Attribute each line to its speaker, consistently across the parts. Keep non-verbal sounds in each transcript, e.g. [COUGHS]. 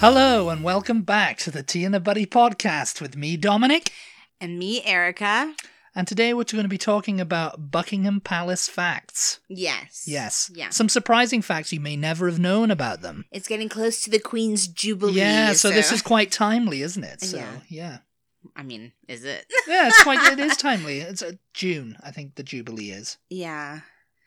Speaker 1: Hello and welcome back to the Tea and a Buddy podcast with me, Dominic.
Speaker 2: And me, Erica.
Speaker 1: And today we're going to be talking about Buckingham Palace facts.
Speaker 2: Yes.
Speaker 1: Yes.
Speaker 2: Yeah.
Speaker 1: Some surprising facts you may never have known about them.
Speaker 2: It's getting close to the Queen's Jubilee.
Speaker 1: yeah, so, this is quite timely, isn't it? So,
Speaker 2: Uh, Yeah.
Speaker 1: yeah.
Speaker 2: I mean,
Speaker 1: [LAUGHS]
Speaker 2: is it?
Speaker 1: Yeah, it's quite, it is timely. It's uh, June, I think the Jubilee is.
Speaker 2: yeah.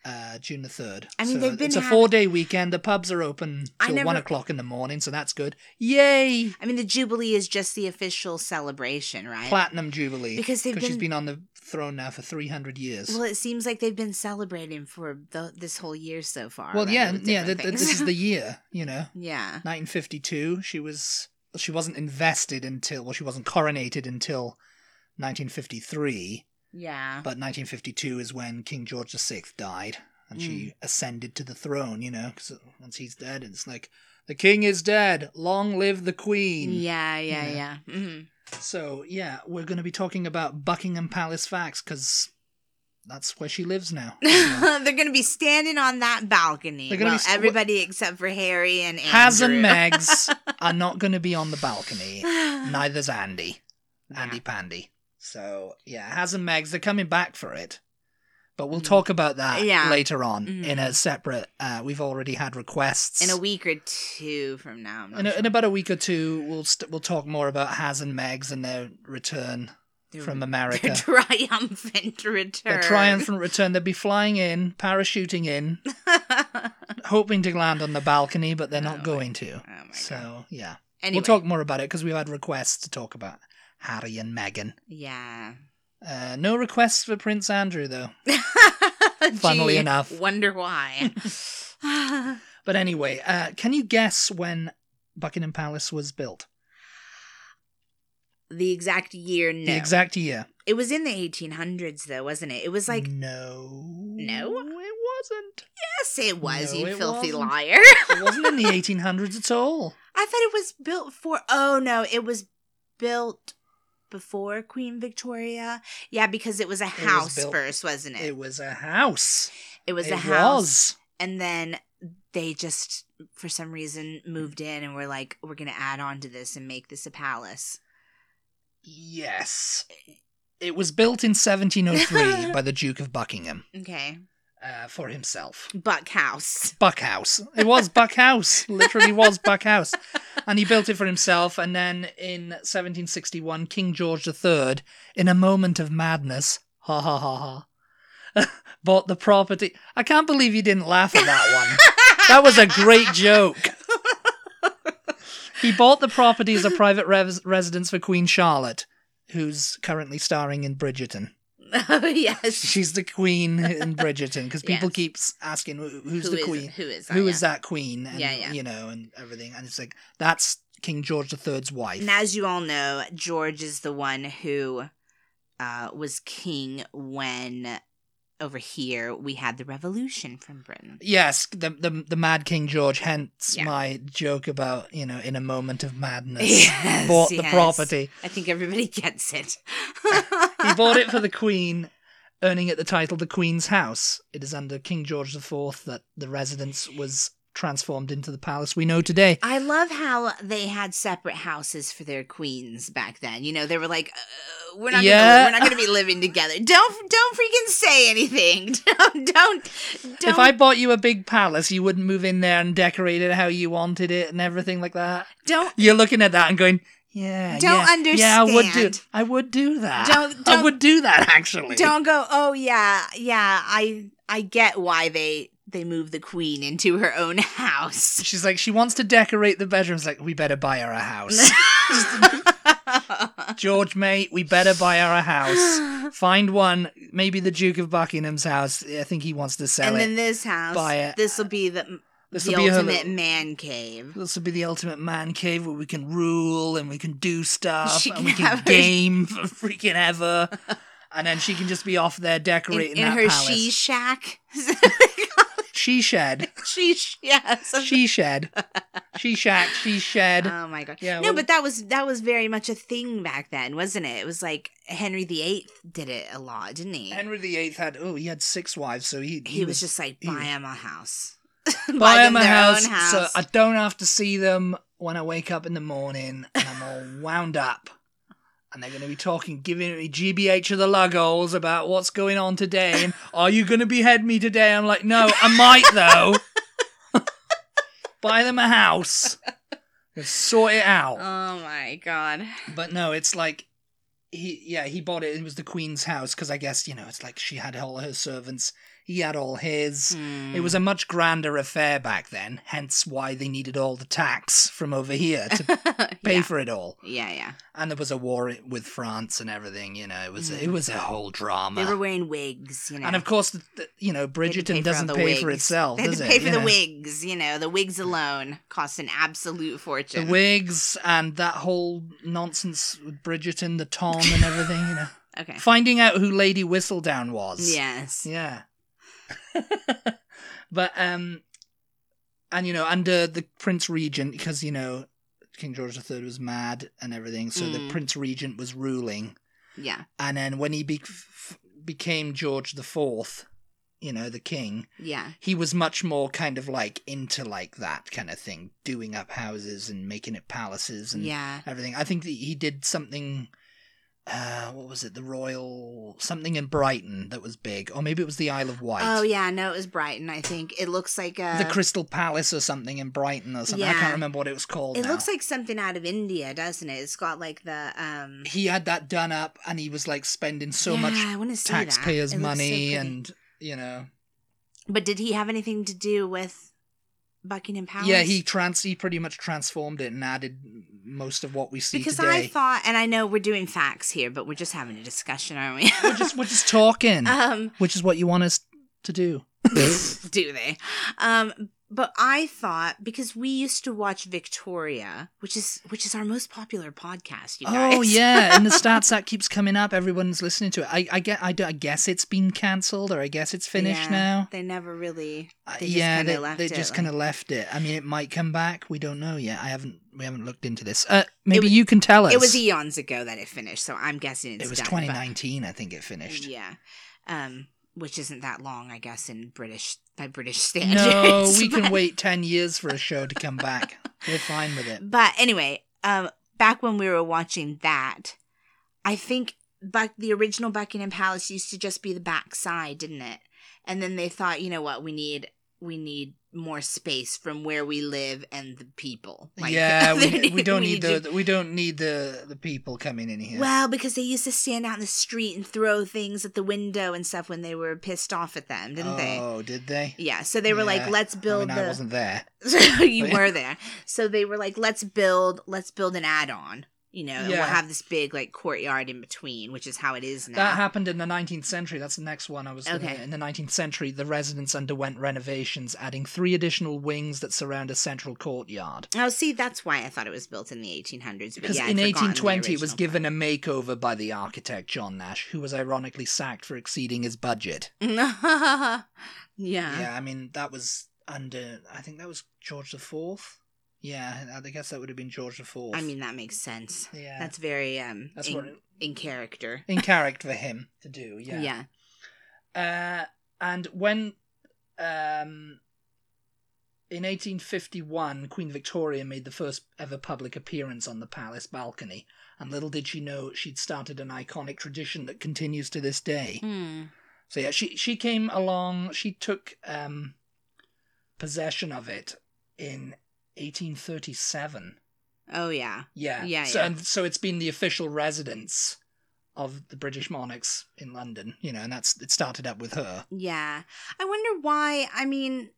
Speaker 1: Uh, June the 3rd.
Speaker 2: I mean,
Speaker 1: So
Speaker 2: they've been
Speaker 1: It's a
Speaker 2: hav-
Speaker 1: four day weekend. The pubs are open
Speaker 2: I
Speaker 1: till
Speaker 2: never-
Speaker 1: 1 o'clock in the morning, so that's good. Yay!
Speaker 2: I mean, the Jubilee is just the official celebration, right?
Speaker 1: Platinum Jubilee.
Speaker 2: Because they've
Speaker 1: she's
Speaker 2: been-
Speaker 1: been on the throne now for 300 years.
Speaker 2: well, it seems like they've been celebrating for the, this whole year so far.
Speaker 1: Well,
Speaker 2: right,
Speaker 1: yeah,
Speaker 2: with
Speaker 1: yeah. Th-
Speaker 2: different
Speaker 1: th-
Speaker 2: things.
Speaker 1: this is the year, you know,
Speaker 2: [LAUGHS] yeah.
Speaker 1: 1952. She was she wasn't invested until well, she wasn't coronated until 1953.
Speaker 2: Yeah.
Speaker 1: But 1952 is when King George VI died, and
Speaker 2: Mm.
Speaker 1: she ascended to the throne. You know, because once he's dead, it's like the king is dead. Long live the queen.
Speaker 2: Yeah, yeah,
Speaker 1: know.
Speaker 2: yeah. hmm
Speaker 1: So yeah, we're going to be talking about Buckingham Palace facts because that's where she lives
Speaker 2: [LAUGHS]
Speaker 1: now.
Speaker 2: They're going to be standing on that balcony.
Speaker 1: They're gonna be
Speaker 2: Well,
Speaker 1: st-
Speaker 2: everybody except for Harry and Andrew.
Speaker 1: Has and
Speaker 2: [LAUGHS]
Speaker 1: Megs are not going to be on the balcony.
Speaker 2: [SIGHS]
Speaker 1: [LAUGHS]
Speaker 2: Not
Speaker 1: Neither's Andy. Andy Pandy. So yeah, Haz and Megs, they're coming back for it. But we'll
Speaker 2: Mm.
Speaker 1: talk about that
Speaker 2: Yeah.
Speaker 1: later on in a
Speaker 2: Mhm.
Speaker 1: separate uh, we've already had requests.
Speaker 2: in a week or two from now. I'm not
Speaker 1: in, a,
Speaker 2: sure.
Speaker 1: in about a week or two we'll st- we'll talk more about Haz and Megs and their return
Speaker 2: They're-
Speaker 1: from
Speaker 2: Their
Speaker 1: America.
Speaker 2: [LAUGHS] triumphant return.
Speaker 1: Their triumphant return. They'll be flying in, parachuting in,
Speaker 2: [LAUGHS]
Speaker 1: [LAUGHS]
Speaker 2: oh
Speaker 1: hoping to land on the balcony, but they're not
Speaker 2: Oh my
Speaker 1: going to.
Speaker 2: my god.
Speaker 1: So, yeah.
Speaker 2: anyway,
Speaker 1: We'll talk more about it because we've had requests to talk about Harry and Meghan.
Speaker 2: Yeah. [LAUGHS]
Speaker 1: Uh, no requests for Prince Andrew, though.
Speaker 2: Funnily
Speaker 1: enough. [LAUGHS]
Speaker 2: wonder why. [SIGHS]
Speaker 1: But anyway, uh, can you guess when Buckingham Palace was built?
Speaker 2: the exact year, no.
Speaker 1: The exact year.
Speaker 2: it was in the 1800s, though, wasn't it? It was
Speaker 1: Mm.
Speaker 2: like,
Speaker 1: no,
Speaker 2: No?
Speaker 1: it wasn't.
Speaker 2: yes, it was.
Speaker 1: No,
Speaker 2: you
Speaker 1: it
Speaker 2: filthy
Speaker 1: wasn't.
Speaker 2: liar. [LAUGHS]
Speaker 1: It wasn't in the 1800s at all.
Speaker 2: I thought it was built for. Oh no, it was built before Queen Victoria. Yeah, because it was a
Speaker 1: was
Speaker 2: house
Speaker 1: built-
Speaker 2: first, wasn't it?
Speaker 1: It
Speaker 2: It,
Speaker 1: was a house.
Speaker 2: was
Speaker 1: it
Speaker 2: a house,
Speaker 1: was.
Speaker 2: and then they just, for some reason, moved in and were like, "We're gonna add on to this and make this a palace."
Speaker 1: Yes. It was built in
Speaker 2: [LAUGHS]
Speaker 1: 1703 by the Duke of Buckingham
Speaker 2: Okay,
Speaker 1: uh, for himself.
Speaker 2: Buck House.
Speaker 1: Buckhouse. It was Buckhouse. Literally was Buckhouse. And he built it for himself. And then in 1761, King George III, in a moment of madness, ha ha ha ha, [LAUGHS] bought the property. I can't believe you didn't laugh at that one. [LAUGHS] That was a great joke. He bought the property as a private res- residence for Queen Charlotte, who's currently starring in Bridgerton.
Speaker 2: oh [LAUGHS] yes.
Speaker 1: She's the queen in Bridgerton because people
Speaker 2: Yes.
Speaker 1: keep s- asking "Who- who's
Speaker 2: Who
Speaker 1: the
Speaker 2: is-
Speaker 1: queen.
Speaker 2: Who is? Oh,
Speaker 1: Who
Speaker 2: yeah.
Speaker 1: is that queen and
Speaker 2: Yeah, yeah.
Speaker 1: you know and everything and it's like that's king george iii's wife
Speaker 2: And as you all know, George is the one who uh, was king when over here we had the revolution from Britain.
Speaker 1: yes the, the the mad king george hence
Speaker 2: Yeah.
Speaker 1: my joke about you know in a moment of madness
Speaker 2: [LAUGHS] Yes,
Speaker 1: bought the
Speaker 2: yes.
Speaker 1: property
Speaker 2: I think everybody [LAUGHS] gets it. [LAUGHS]
Speaker 1: he bought it for the queen earning it the title the queen's house it is under king george iv that the residence was transformed into the palace we know today
Speaker 2: I love how they had separate houses for their queens back then. You know, they were like, uh, "We're not,
Speaker 1: Yeah.
Speaker 2: gonna, we're not going to be living together. Don't, don't freaking say anything. [LAUGHS] Don't, don't, don't.
Speaker 1: if I bought you a big palace, you wouldn't move in there and decorate it how you wanted it and everything like that.
Speaker 2: don't
Speaker 1: You're looking at that and going, yeah.
Speaker 2: Don't
Speaker 1: yeah, Yeah, I would do.
Speaker 2: understand.
Speaker 1: I would do that.
Speaker 2: Don't-
Speaker 1: I
Speaker 2: don't-
Speaker 1: would do that actually.
Speaker 2: Don't go. Oh yeah, yeah. I I get why they they move the queen into her own house.
Speaker 1: She's like, she wants to decorate the bedrooms. Like, we better buy her a
Speaker 2: [LAUGHS]
Speaker 1: house. George, mate, we better buy her a house.
Speaker 2: [SIGHS] and
Speaker 1: Find one, maybe the Duke of Buckingham's house. I think he wants to sell
Speaker 2: then
Speaker 1: it.
Speaker 2: this house.
Speaker 1: Buy it.
Speaker 2: This will be the
Speaker 1: This
Speaker 2: the
Speaker 1: will be her.
Speaker 2: ultimate
Speaker 1: little-
Speaker 2: man cave.
Speaker 1: This will be the ultimate man cave where we can rule and we can do stuff
Speaker 2: She
Speaker 1: and
Speaker 2: can
Speaker 1: we can
Speaker 2: have her-
Speaker 1: game for freaking ever. and then she can just be off there
Speaker 2: In,
Speaker 1: decorating
Speaker 2: in
Speaker 1: that
Speaker 2: her
Speaker 1: palace.
Speaker 2: she shack. [LAUGHS]
Speaker 1: she shed.
Speaker 2: she sh- yes.
Speaker 1: she shed. She shack. She [LAUGHS] shed.
Speaker 2: Oh my god.
Speaker 1: Yeah,
Speaker 2: no,
Speaker 1: well-
Speaker 2: but that was that was very much a thing back then, wasn't it? It was like Henry VIII did it a lot, didn't he?
Speaker 1: Henry VIII had oh he had six wives, so he
Speaker 2: he, was, just like
Speaker 1: he
Speaker 2: buy
Speaker 1: was-
Speaker 2: him a house. [LAUGHS]
Speaker 1: buy them
Speaker 2: them
Speaker 1: a
Speaker 2: their
Speaker 1: house,
Speaker 2: own house.
Speaker 1: so I don't have to see them when I wake up in the morning and I'm all [LAUGHS] wound up. And they're going to be talking, giving me GBH of the lug holes about what's going on today.
Speaker 2: [LAUGHS]
Speaker 1: And are you going to behead me today? I'm like, no, I might though.
Speaker 2: [LAUGHS]
Speaker 1: Buy them a house, and sort it out.
Speaker 2: oh my god.
Speaker 1: But no, it's like he yeah, he bought it. It was the queen's house because I guess you know it's like she had all her servants, he had all his. It
Speaker 2: Hmm.
Speaker 1: was a much grander affair back then, hence why they needed all the tax from over here
Speaker 2: [LAUGHS]
Speaker 1: to pay
Speaker 2: Hmm. yeah.
Speaker 1: for it all.
Speaker 2: yeah, yeah.
Speaker 1: And there was a war i- with France and everything. You know, it was
Speaker 2: Mm.
Speaker 1: it was a whole drama.
Speaker 2: They were wearing wigs, you know.
Speaker 1: and of course, the, the- you know,
Speaker 2: They had to
Speaker 1: Bridgerton
Speaker 2: pay for
Speaker 1: doesn't
Speaker 2: all
Speaker 1: pay
Speaker 2: the
Speaker 1: for
Speaker 2: wigs.
Speaker 1: itself,
Speaker 2: They had
Speaker 1: does
Speaker 2: to
Speaker 1: it?
Speaker 2: pay for
Speaker 1: You
Speaker 2: the
Speaker 1: know?
Speaker 2: wigs. You know, the wigs alone cost an absolute
Speaker 1: The
Speaker 2: fortune.
Speaker 1: wigs and that whole nonsense with Bridgerton, the Tom and everything. You know,
Speaker 2: okay.
Speaker 1: finding out who Lady Whistledown was.
Speaker 2: Yes.
Speaker 1: Yeah. [LAUGHS] but um and you know, under the Prince Regent, because you know, King George III was mad and everything, so the
Speaker 2: Mm.
Speaker 1: Prince Regent was ruling.
Speaker 2: Yeah.
Speaker 1: And then when he be- f- became George IV, you know, the king,
Speaker 2: Yeah.
Speaker 1: he was much more kind of like into like that kind of thing, doing up houses and making it palaces and
Speaker 2: Yeah.
Speaker 1: everything. I think that he did something. Uh, what was it? The Royal something in Brighton that was big, or maybe it was the Isle of Wight.
Speaker 2: Oh yeah, no, it was Brighton. I think it looks like uh, a.
Speaker 1: The Crystal Palace or something in Brighton or something. I
Speaker 2: Yeah.
Speaker 1: can't remember what it was called.
Speaker 2: it
Speaker 1: now.
Speaker 2: looks like something out of India, doesn't it? It's got like the um.
Speaker 1: he had that done up, and he was like spending so
Speaker 2: Yeah,
Speaker 1: much
Speaker 2: I wanna see that.
Speaker 1: taxpayers'
Speaker 2: It looks so
Speaker 1: money,
Speaker 2: pretty.
Speaker 1: and you know,
Speaker 2: But did he have anything to do with Buckingham Palace?
Speaker 1: yeah, he trans he pretty much transformed it and added most of what we see
Speaker 2: Because
Speaker 1: today.
Speaker 2: I thought, and I know we're doing facts here, but we're just having a discussion, aren't we?
Speaker 1: we're
Speaker 2: [LAUGHS]
Speaker 1: just we're just talking,
Speaker 2: um,
Speaker 1: which is what you want us to do.
Speaker 2: do they? Um, but I thought because we used to watch Victoria, which is which is our most popular podcast. You guys.
Speaker 1: Oh yeah,
Speaker 2: [LAUGHS]
Speaker 1: in the stats that keeps coming up. Everyone's listening to it. I, I get. I, do- I guess it's been cancelled, or I guess it's finished
Speaker 2: Yeah,
Speaker 1: now.
Speaker 2: They never really.
Speaker 1: Uh,
Speaker 2: they just
Speaker 1: yeah,
Speaker 2: kinda
Speaker 1: they,
Speaker 2: left
Speaker 1: they
Speaker 2: it,
Speaker 1: just
Speaker 2: like-
Speaker 1: kind of left it. I mean, it might come back. We don't know yet. I haven't. We haven't looked into this. Uh, maybe
Speaker 2: was-
Speaker 1: you can tell us.
Speaker 2: It was eons ago that it finished, so I'm guessing it's
Speaker 1: It was
Speaker 2: done, but-
Speaker 1: 2019, I think it finished.
Speaker 2: Yeah, um, which isn't that long, I guess, in British by British [LAUGHS] standards.
Speaker 1: No, we
Speaker 2: but-
Speaker 1: can wait 10 years for a show to come back. We're fine with
Speaker 2: [LAUGHS]
Speaker 1: it.
Speaker 2: But anyway, um, back when we were watching that, I think Buck, the original Buckingham Palace used to just be the back side, didn't it? And then they thought, you know what, we need we need more space from where we live and the people. [LAUGHS]
Speaker 1: yeah, we,
Speaker 2: there
Speaker 1: we
Speaker 2: need-
Speaker 1: don't need,
Speaker 2: to-
Speaker 1: the we don't need the the people coming in here.
Speaker 2: Well, because they used to stand out in the street and throw things at the window and stuff when they were pissed off at them, didn't they?
Speaker 1: Oh, did they?
Speaker 2: Yeah, so they were like,
Speaker 1: Yeah.
Speaker 2: "Let's
Speaker 1: I
Speaker 2: build
Speaker 1: mean,
Speaker 2: the." [LAUGHS]
Speaker 1: I wasn't there.
Speaker 2: So
Speaker 1: [LAUGHS]
Speaker 2: you
Speaker 1: But-
Speaker 2: were there. So they were like, let's build, let's build an add-on. You know, and we'll
Speaker 1: Yeah.
Speaker 2: have this big like courtyard in between, which is how it is now.
Speaker 1: That happened in the 19th century. That's the next one I was gonna-
Speaker 2: Okay.
Speaker 1: in the 19th century. The residence underwent renovations, adding three additional wings that surround a central courtyard.
Speaker 2: oh, see, that's why I thought it was built in the 1800s.
Speaker 1: Because
Speaker 2: Because
Speaker 1: in 1820, it was given a makeover by the architect John Nash, who was ironically sacked for exceeding his budget.
Speaker 2: [LAUGHS] yeah. Uh-huh.
Speaker 1: Yeah, I mean that was under. I think that was George the Fourth. Yeah, I guess that would have been George the Fourth.
Speaker 2: I mean, that makes sense.
Speaker 1: yeah, that's,
Speaker 2: That's very um in,
Speaker 1: what
Speaker 2: in character.
Speaker 1: in character for him to do. Yeah.
Speaker 2: yeah.
Speaker 1: Uh, and when um, in 1851, Queen Victoria made the first ever public appearance on the palace balcony, and little did she know she'd started an iconic tradition that continues to this day.
Speaker 2: Hmm.
Speaker 1: So yeah, she she came along. She took um, possession of it in 1837.
Speaker 2: Oh yeah.
Speaker 1: Yeah,
Speaker 2: Yeah,
Speaker 1: So
Speaker 2: yeah.
Speaker 1: and so it's been the official residence of the British monarchs in London. You know, and that's it started up with her.
Speaker 2: Yeah. I wonder why. I mean,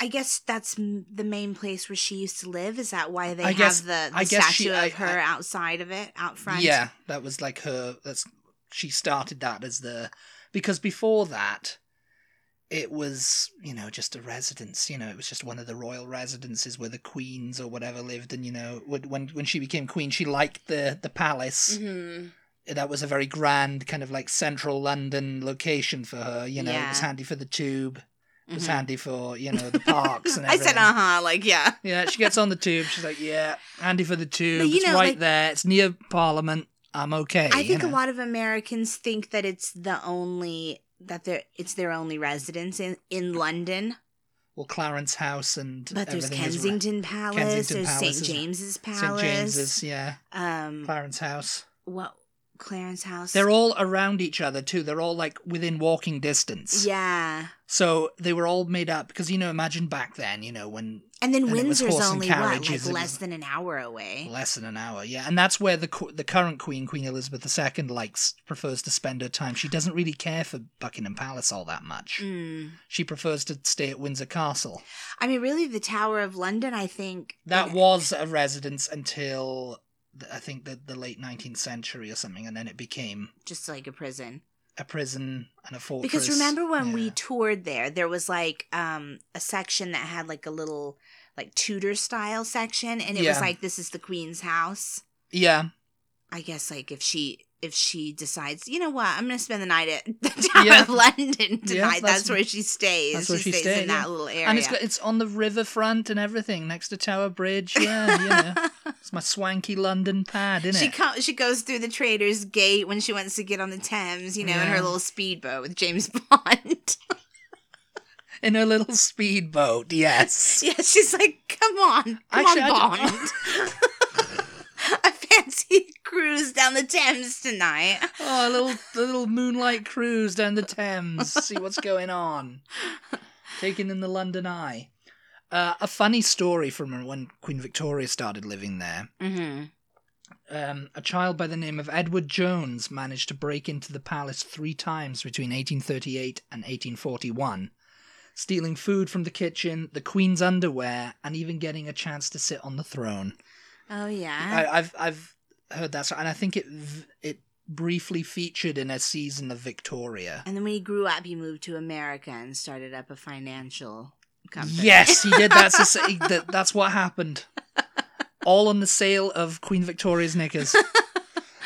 Speaker 2: I guess that's m- the main place where she used to live. Is that why they
Speaker 1: I
Speaker 2: have
Speaker 1: guess-
Speaker 2: the, the
Speaker 1: I guess
Speaker 2: statue
Speaker 1: she- I-
Speaker 2: of her outside of it, out front?
Speaker 1: Yeah, that was like her. That's she started that as the because before that, it was you know just a residence. You know, it was just one of the royal residences where the queens or whatever lived. And you know, when- when when she became queen, she liked the the palace.
Speaker 2: Mm-hmm.
Speaker 1: That was a very grand kind of like central London location for her. You know, it was
Speaker 2: Yeah.
Speaker 1: handy for the tube. It was handy for you
Speaker 2: [LAUGHS]
Speaker 1: know the parks and
Speaker 2: Mm-hmm. I
Speaker 1: everything.
Speaker 2: said, uh huh, like, yeah.
Speaker 1: Yeah, she gets on the tube. She's like, yeah, handy for the tube.
Speaker 2: you
Speaker 1: it's
Speaker 2: know,
Speaker 1: right
Speaker 2: like-
Speaker 1: there. It's near Parliament. I'm okay.
Speaker 2: I
Speaker 1: you
Speaker 2: think a
Speaker 1: know.
Speaker 2: lot of Americans think that it's the only, that they're, it's their only residence in, in London.
Speaker 1: well, Clarence House and
Speaker 2: But there's
Speaker 1: everything is re-
Speaker 2: Kensington Palace,
Speaker 1: Kensington
Speaker 2: there's
Speaker 1: Palace
Speaker 2: St
Speaker 1: is-
Speaker 2: James's
Speaker 1: St
Speaker 2: Palace.
Speaker 1: James's, yeah,
Speaker 2: Um,
Speaker 1: Clarence House.
Speaker 2: what Clarence House?
Speaker 1: They're all around each other too. They're all like within walking distance.
Speaker 2: yeah,
Speaker 1: So they were all made up because you know, imagine back then, you know, when
Speaker 2: and then
Speaker 1: And it was
Speaker 2: Windsor's
Speaker 1: horse and
Speaker 2: only what,
Speaker 1: carriages, it was-
Speaker 2: like less than an hour away.
Speaker 1: less than an hour, yeah, and that's where the qu- the current queen, Queen Elizabeth II, likes prefers to spend her time. She doesn't really care for Buckingham Palace all that much.
Speaker 2: Mm.
Speaker 1: She prefers to stay at Windsor Castle.
Speaker 2: I mean, really, the Tower of London. I think
Speaker 1: That
Speaker 2: and-
Speaker 1: was a residence until th- I think the, the late 19th century or something, and then it became
Speaker 2: just like a prison.
Speaker 1: a prison and a fortress.
Speaker 2: Because remember when we
Speaker 1: Yeah.
Speaker 2: toured there, there was like um a section that had like a little like Tudor style section, and it was
Speaker 1: Yeah.
Speaker 2: like this is the Queen's house.
Speaker 1: yeah,
Speaker 2: I guess like if she if she decides, you know what, I'm gonna spend the night at the [LAUGHS] Tower
Speaker 1: Yeah.
Speaker 2: of London tonight.
Speaker 1: Yeah,
Speaker 2: that's,
Speaker 1: that's-
Speaker 2: where she stays.
Speaker 1: that's where
Speaker 2: she,
Speaker 1: she
Speaker 2: stays in
Speaker 1: stayed,
Speaker 2: that
Speaker 1: yeah.
Speaker 2: little area.
Speaker 1: and it's got, it's on the riverfront and everything next to Tower
Speaker 2: [LAUGHS]
Speaker 1: Bridge. Yeah, you know, it's my swanky London pad, isn't
Speaker 2: she
Speaker 1: it?
Speaker 2: co- she goes through the Trader's Gate when she wants to get on the Thames, you know, in her
Speaker 1: Yeah.
Speaker 2: little speedboat with James [LAUGHS] Bond.
Speaker 1: In a little speedboat. Yes.
Speaker 2: [LAUGHS] yeah, she's like, come on, come
Speaker 1: Actually,
Speaker 2: on,
Speaker 1: I d-
Speaker 2: Bond.
Speaker 1: [LAUGHS]
Speaker 2: [LAUGHS] I fancy a cruise down the Thames tonight.
Speaker 1: Oh, a little a little moonlight cruise down the Thames, see what's going on. Taking in the London Eye. Uh, a funny story from when Queen Victoria started living there.
Speaker 2: Mm-hmm.
Speaker 1: Um, a child by the name of Edward Jones managed to break into the palace three times between 1838 and 1841, stealing food from the kitchen, the Queen's underwear, and even getting a chance to sit on the throne.
Speaker 2: Oh yeah.
Speaker 1: I, I've I've heard that, so- and I think it v- it briefly featured in a season of Victoria.
Speaker 2: and then when he grew up, he moved to America and started up a financial company.
Speaker 1: Yes, he did. That's a, sa- he- that, that's what happened. All on the sale of Queen Victoria's knickers. [LAUGHS]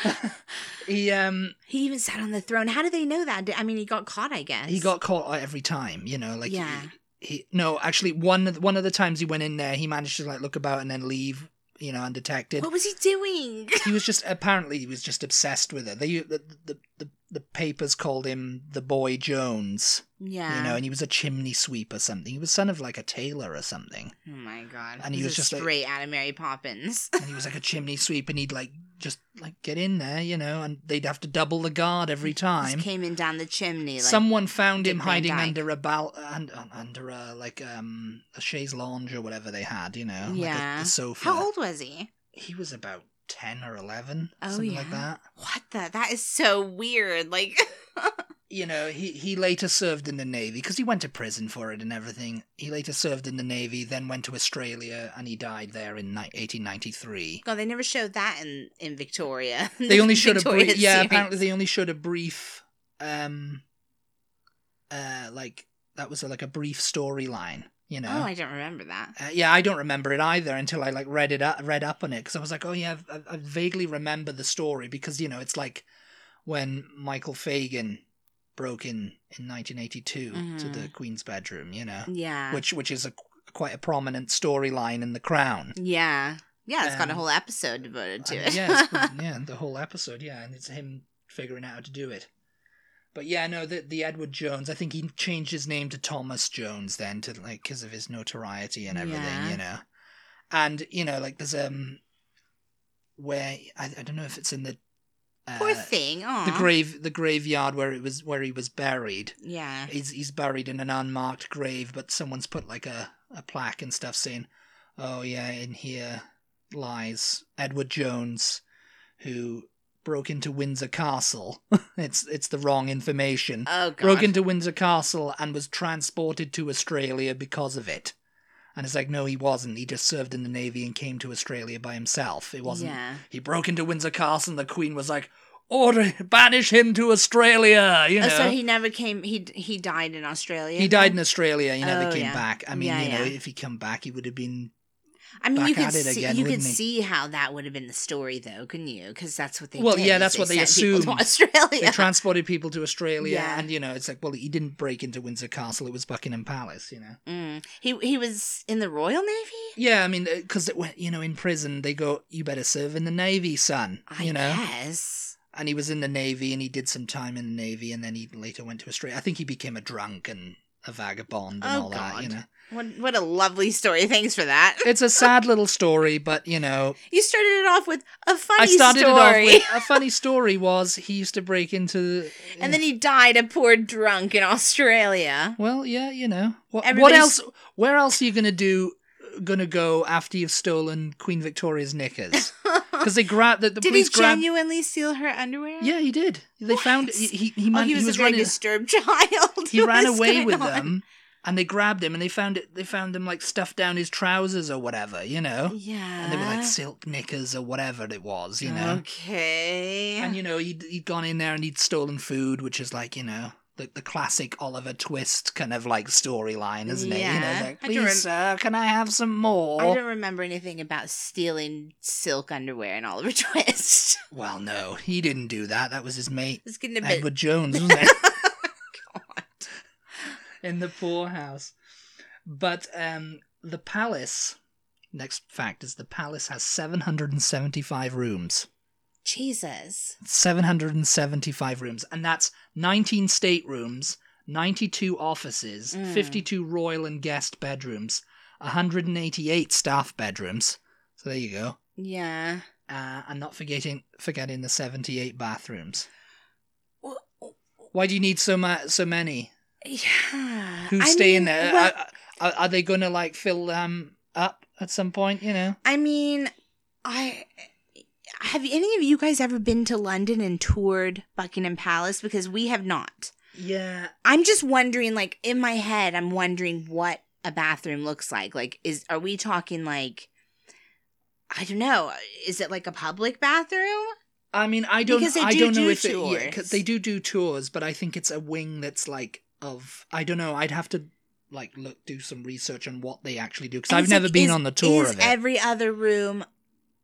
Speaker 1: he um
Speaker 2: He even sat on the throne. How do they know that? Did- I mean, he got caught, I guess.
Speaker 1: he got caught every time, you know, like
Speaker 2: Yeah.
Speaker 1: he, he no, actually one of the- one of the times he went in there, he managed to like look about and then leave, you know, undetected.
Speaker 2: What was he doing? [LAUGHS]
Speaker 1: he was just apparently he was just obsessed with it. They the the the, the papers called him the boy Jones.
Speaker 2: Yeah.
Speaker 1: you know, and he was a chimney sweep or something. He was son of like a tailor or something,
Speaker 2: oh my god.
Speaker 1: And he
Speaker 2: This
Speaker 1: was
Speaker 2: is
Speaker 1: just like-
Speaker 2: straight out of Mary Poppins.
Speaker 1: and he was like a chimney sweep, and he'd like just like get in there, you know, and they'd have to double the guard every time.
Speaker 2: Just came in down the chimney. Like,
Speaker 1: Someone found him
Speaker 2: Dick Van
Speaker 1: hiding
Speaker 2: Dyke.
Speaker 1: under a bal- and, uh, under a like um a chaise longue or whatever they had, you know,
Speaker 2: Yeah.
Speaker 1: like a, a sofa.
Speaker 2: How old was he?
Speaker 1: He was about ten or eleven,
Speaker 2: Oh,
Speaker 1: something
Speaker 2: yeah.
Speaker 1: like that.
Speaker 2: What the? That is so weird. Like, [LAUGHS]
Speaker 1: you know, he, he later served in the Navy because he went to prison for it and everything. He later served in the Navy, then went to Australia, and he died there in ni- 1893.
Speaker 2: God, they never showed that in in Victoria. [LAUGHS]
Speaker 1: They only showed a brief.
Speaker 2: Victoria's
Speaker 1: Yeah,
Speaker 2: series.
Speaker 1: apparently they only showed a brief. Um, uh, like that was like a brief storyline. You know.
Speaker 2: Oh, I don't remember that.
Speaker 1: Uh, yeah, I don't remember it either until I like read it up, read up on it because I was like, oh yeah, I, I vaguely remember the story because you know it's like when Michael Fagan broke in in 1982 to
Speaker 2: Mhm.
Speaker 1: the Queen's bedroom, you know,
Speaker 2: Yeah.
Speaker 1: which which is a qu- quite a prominent storyline in The Crown.
Speaker 2: yeah. Yeah, it's got a
Speaker 1: Um,
Speaker 2: whole episode devoted to
Speaker 1: And,
Speaker 2: it.
Speaker 1: yeah, it's- yeah, and the whole episode, yeah, and it's him figuring out how to do it. But yeah, no, the the Edward Jones. I think he changed his name to Thomas Jones then, to like because of his notoriety and everything,
Speaker 2: Yeah.
Speaker 1: you know. And you know, like there's um, where I, I don't know if it's in the uh,
Speaker 2: [LAUGHS] Poor thing. Aw.
Speaker 1: the grave the graveyard where it was where he was buried.
Speaker 2: Yeah.
Speaker 1: He's he's buried in an unmarked grave, but someone's put like a, a plaque and stuff saying, "Oh yeah, in here lies Edward Jones, who broke into Windsor Castle. [LAUGHS] it's it's the wrong information.
Speaker 2: Oh god.
Speaker 1: broke into Windsor Castle and was transported to Australia because of it." And it's like, no, he wasn't. He just served in the navy and came to Australia by himself. It wasn't.
Speaker 2: Yeah.
Speaker 1: He broke into Windsor Castle, and the Queen was like, "Order, banish him to Australia." You know.
Speaker 2: Oh, so he never came. He he died in Australia.
Speaker 1: He died in Australia. He never
Speaker 2: Oh,
Speaker 1: came
Speaker 2: yeah.
Speaker 1: back. I mean,
Speaker 2: Yeah,
Speaker 1: you know,
Speaker 2: yeah.
Speaker 1: if he come back, he would have
Speaker 2: [LAUGHS]
Speaker 1: been.
Speaker 2: I mean, you
Speaker 1: back
Speaker 2: could
Speaker 1: at it
Speaker 2: see,
Speaker 1: again,
Speaker 2: you could
Speaker 1: wouldn't he?
Speaker 2: see how that would have been the story, though, couldn't you? Because that's what they.
Speaker 1: Well,
Speaker 2: did,
Speaker 1: yeah,
Speaker 2: is
Speaker 1: that's what they
Speaker 2: sent people to
Speaker 1: assumed.
Speaker 2: Australia.
Speaker 1: They transported people to Australia,
Speaker 2: Yeah.
Speaker 1: and you know, it's like, well, he didn't break into Windsor Castle. It was Buckingham Palace. You know.
Speaker 2: Mm. He he was in the Royal Navy.
Speaker 1: Yeah, I mean, uh, because you know, in prison they go, "You better serve in the navy, son."
Speaker 2: I
Speaker 1: you know.
Speaker 2: guess.
Speaker 1: And he was in the navy, and he did some time in the navy, and then he later went to Australia. I think he became a drunk and. a vagabond and
Speaker 2: Oh,
Speaker 1: all that, you
Speaker 2: God.
Speaker 1: know.
Speaker 2: What, what a lovely story. Thanks for that.
Speaker 1: It's a sad little story, but you know,
Speaker 2: You started it off with a [LAUGHS] funny
Speaker 1: I started
Speaker 2: story.
Speaker 1: it off with a funny story was he used to break into
Speaker 2: [LAUGHS] and then he died a poor drunk in Australia.
Speaker 1: Well, yeah, you know. What, what
Speaker 2: Everybody's-
Speaker 1: else where else are you going to do going to go after you've stolen Queen Victoria's
Speaker 2: [LAUGHS]
Speaker 1: knickers? Cuz they grabbed the, the
Speaker 2: Did he
Speaker 1: police grabbed
Speaker 2: genuinely steal her underwear?
Speaker 1: Yeah, he did. They
Speaker 2: What?
Speaker 1: found he he, he,
Speaker 2: Oh,
Speaker 1: man-
Speaker 2: he was, a very
Speaker 1: running
Speaker 2: disturbed [LAUGHS] child.
Speaker 1: he
Speaker 2: What
Speaker 1: ran
Speaker 2: is
Speaker 1: away
Speaker 2: going
Speaker 1: with
Speaker 2: on?
Speaker 1: them and they grabbed him and they found it they found him like stuffed down his trousers or whatever you know
Speaker 2: Yeah. Oh,
Speaker 1: and they were like silk knickers or whatever it was you know
Speaker 2: Okay.
Speaker 1: and you know he'd, he'd gone in there and he'd stolen food which is like you know the, the classic oliver twist kind of like storyline isn't it you Oh.
Speaker 2: Yeah.
Speaker 1: know like
Speaker 2: I don't
Speaker 1: please
Speaker 2: rem-
Speaker 1: sir can i have some
Speaker 2: I
Speaker 1: more
Speaker 2: don't remember anything about stealing silk underwear in Oliver Twist.
Speaker 1: well no he didn't do that that was his mate
Speaker 2: [LAUGHS] it's getting a bit.
Speaker 1: edward jones wasn't it
Speaker 2: [LAUGHS]
Speaker 1: in the poorhouse. But um, the palace. Next fact is the palace has 775 rooms.
Speaker 2: Jesus.
Speaker 1: 775 rooms, and that's 19 staterooms, 92 offices,
Speaker 2: Mm.
Speaker 1: 52 royal and guest bedrooms, 188 staff bedrooms. So there you go.
Speaker 2: Yeah.
Speaker 1: Uh, and not forgetting forgetting the 78 bathrooms.
Speaker 2: oh,
Speaker 1: Why do you need so ma- so many?
Speaker 2: Yeah.
Speaker 1: who's
Speaker 2: I
Speaker 1: staying
Speaker 2: mean,
Speaker 1: there?
Speaker 2: well,
Speaker 1: are, are, are they going to like fill them up at some point? You know,
Speaker 2: I mean, I have any of you guys ever been to London and toured Buckingham Palace because we have not.
Speaker 1: yeah,
Speaker 2: I'm just wondering like in my head I'm wondering what a bathroom looks like. Like is are we talking like I don't know. Is it like a public bathroom?
Speaker 1: I mean, I don't,
Speaker 2: Because they
Speaker 1: I
Speaker 2: do
Speaker 1: don't know
Speaker 2: do
Speaker 1: if it, yeah, 'cause
Speaker 2: tours.
Speaker 1: they do do tours, but I think it's a wing that's like of I don't know. I'd have to like look do some research on what they actually do because
Speaker 2: And
Speaker 1: I've
Speaker 2: it's
Speaker 1: never
Speaker 2: like,
Speaker 1: been
Speaker 2: is-
Speaker 1: on the tour
Speaker 2: is
Speaker 1: of it.
Speaker 2: every other room